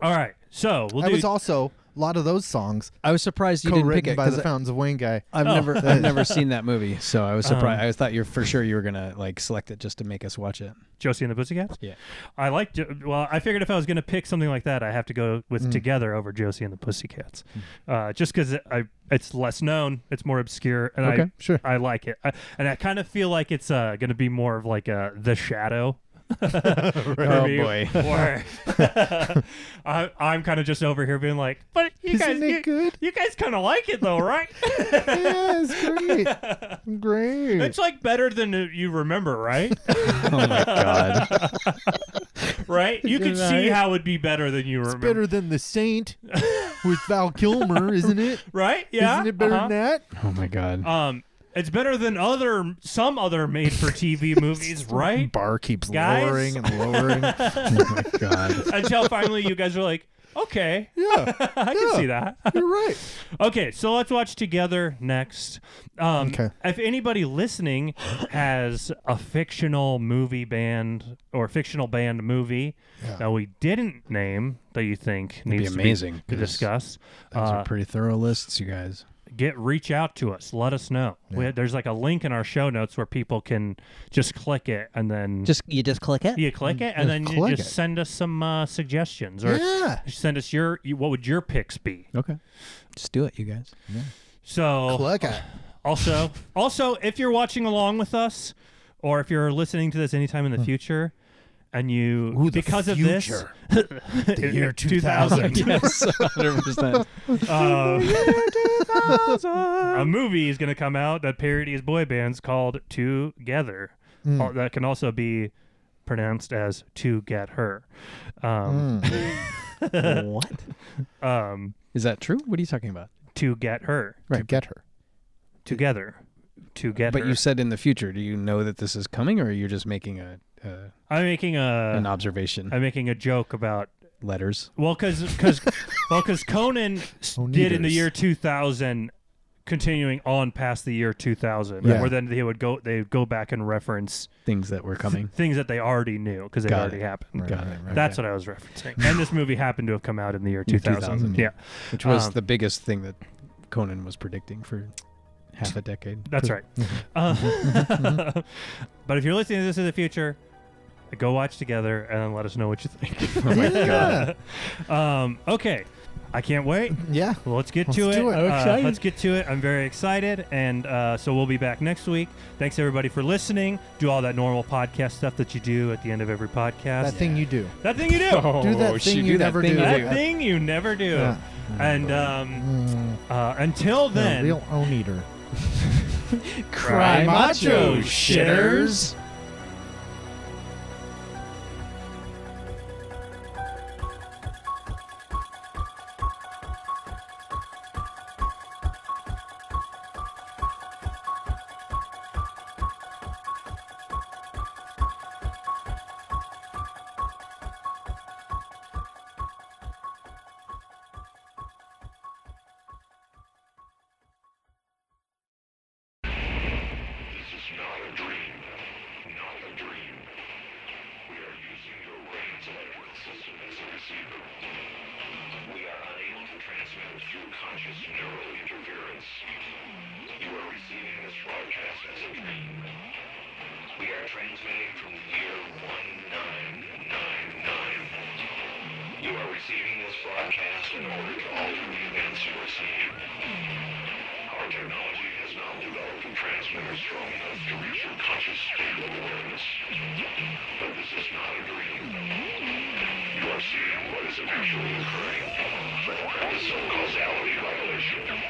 Speaker 1: all right so [laughs] we'll
Speaker 3: I
Speaker 1: do
Speaker 3: was also a lot of those songs
Speaker 2: I was surprised you didn't pick
Speaker 3: co-written
Speaker 2: it
Speaker 3: by the
Speaker 2: because
Speaker 3: Fountains of
Speaker 1: [laughs]
Speaker 3: Wayne guy.
Speaker 2: I've
Speaker 1: Oh.
Speaker 2: never I've [laughs] never seen that movie, so I was surprised.
Speaker 1: Um,
Speaker 2: I thought you're for sure you were gonna like select it just to make us watch it.
Speaker 1: Josie and the Pussycats?
Speaker 2: Yeah.
Speaker 1: I like, Jo- well, I figured if I was going to pick something like that, I have to go
Speaker 3: Mm.
Speaker 1: with Together over Josie and the Pussycats. Uh, just because I it's less known, it's more obscure, and I,
Speaker 2: Okay,
Speaker 3: sure.
Speaker 1: I like it. I, and I kind of feel like it's uh, going to be more of like a The
Speaker 3: [laughs]
Speaker 1: Shadow.
Speaker 2: Oh, boy.
Speaker 1: or, [laughs] I, I'm kind of just over here being like, but you
Speaker 3: Isn't
Speaker 1: guys,
Speaker 3: it
Speaker 1: you,
Speaker 3: good?
Speaker 1: you guys kind of like it though, right? [laughs]
Speaker 3: Yeah, it's great. great.
Speaker 1: it's like better than you remember, right? [laughs]
Speaker 2: Oh my [laughs] god.
Speaker 1: right? You could see
Speaker 3: Right.
Speaker 1: how it'd be better than you remember.
Speaker 3: better than The Saint with Val Kilmer, isn't it?
Speaker 1: right? [laughs] Yeah.
Speaker 3: Isn't it better
Speaker 1: Uh-huh.
Speaker 3: than
Speaker 2: Oh my god. [laughs]
Speaker 1: that? Um, it's better than other some other made for TV movies,
Speaker 3: that?
Speaker 1: right?
Speaker 3: Bar keeps
Speaker 1: Guys? [laughs]
Speaker 3: lowering and lowering.
Speaker 2: Oh my god.
Speaker 1: Until finally you guys are like, okay,
Speaker 3: Yeah,
Speaker 1: I can
Speaker 3: Yeah.
Speaker 1: see that. [laughs]
Speaker 3: you're right.
Speaker 1: Okay, so let's watch together next. Um,
Speaker 3: Okay.
Speaker 1: If anybody listening has a fictional movie band or fictional band movie that we didn't name that you think needs
Speaker 2: amazing,
Speaker 1: to be
Speaker 2: 'cause
Speaker 1: discussed,
Speaker 2: Those
Speaker 1: uh,
Speaker 2: are pretty thorough lists, you guys.
Speaker 1: get reach out to us. Let us know. We, there's like a link in our show notes where people can just click it and then
Speaker 5: Just you just click it.
Speaker 1: you click it and then you
Speaker 3: Mm, click
Speaker 1: just
Speaker 3: it.
Speaker 1: send us some uh, suggestions or
Speaker 3: Yeah.
Speaker 1: send us your what would your picks be.
Speaker 2: Okay.
Speaker 5: Just do it, you guys.
Speaker 1: So
Speaker 3: Look at
Speaker 1: Also, also, if you're watching along with us, or if you're listening to this anytime in the future, and you
Speaker 3: Hmm. Ooh, the
Speaker 1: because of
Speaker 3: future.
Speaker 1: this, [laughs]
Speaker 3: the year 2000.
Speaker 2: [laughs] yes, [laughs] 100%.
Speaker 1: uh, [laughs] a movie is going to come out that parodies boy bands called Together.
Speaker 3: Hmm.
Speaker 1: Uh, That can also be pronounced as "to get her."
Speaker 3: Hmm.
Speaker 1: Um,
Speaker 5: what?
Speaker 1: um,
Speaker 2: Is that true? What are you talking about?
Speaker 1: to get her
Speaker 3: to get her.
Speaker 1: together. To get
Speaker 2: But
Speaker 1: her.
Speaker 2: you said in the future. Do you know that this is coming, or you're just making a, a
Speaker 1: I'm making
Speaker 2: an
Speaker 1: a
Speaker 2: observation?
Speaker 1: I'm making a joke about
Speaker 2: Letters.
Speaker 1: Well, because
Speaker 2: [laughs]
Speaker 1: well, 'cause Conan s- did in the year 2000, continuing on past the year 2000,
Speaker 3: Yeah.
Speaker 1: where then they would go they would go back and reference
Speaker 2: Things that
Speaker 1: [laughs]
Speaker 2: were coming.
Speaker 1: things that they already knew because they
Speaker 2: Got
Speaker 1: already
Speaker 2: it.
Speaker 1: happened.
Speaker 2: Got it. Right.
Speaker 1: That's what I was referencing. and this movie happened to have come out in the year 2000.
Speaker 2: 2000,
Speaker 1: Yeah,
Speaker 2: Which was
Speaker 1: um,
Speaker 2: the biggest thing that Conan was predicting for half a decade.
Speaker 1: that's right. Uh, [laughs] but if you're listening to this in the future, go watch together and then let us know what you think.
Speaker 3: Oh my
Speaker 1: God. um, okay, I can't wait.
Speaker 3: Yeah.
Speaker 1: Well, let's get
Speaker 3: Let's
Speaker 1: to it.
Speaker 3: do it. I'm
Speaker 1: Uh,
Speaker 3: excited.
Speaker 1: let's get to it. I'm very excited, and uh, so we'll be back next week. Thanks everybody for listening. Do all that normal podcast stuff that you do at the end of every podcast.
Speaker 3: That thing you do.
Speaker 1: That thing you do.
Speaker 3: Oh, Do that thing you never do.
Speaker 1: That thing you never do.
Speaker 3: Yeah.
Speaker 1: And um,
Speaker 3: Mm,
Speaker 1: uh, until
Speaker 3: you're a
Speaker 1: then,
Speaker 3: real own eater.
Speaker 1: [laughs] cry
Speaker 4: macho,
Speaker 1: shitters.
Speaker 6: This is not a dream. Not a dream. We are using your brain's electrical system as a receiver. We are unable to transmit through conscious neural interference. You are receiving this broadcast as a dream. We are transmitting from the year 1999. You are receiving this broadcast in order to alter the events you are seeing. Our technology has now developed a transmitter strong enough to reach your conscious state of awareness. But this is not a dream. You are seeing what is actually occurring. That is a causality violation.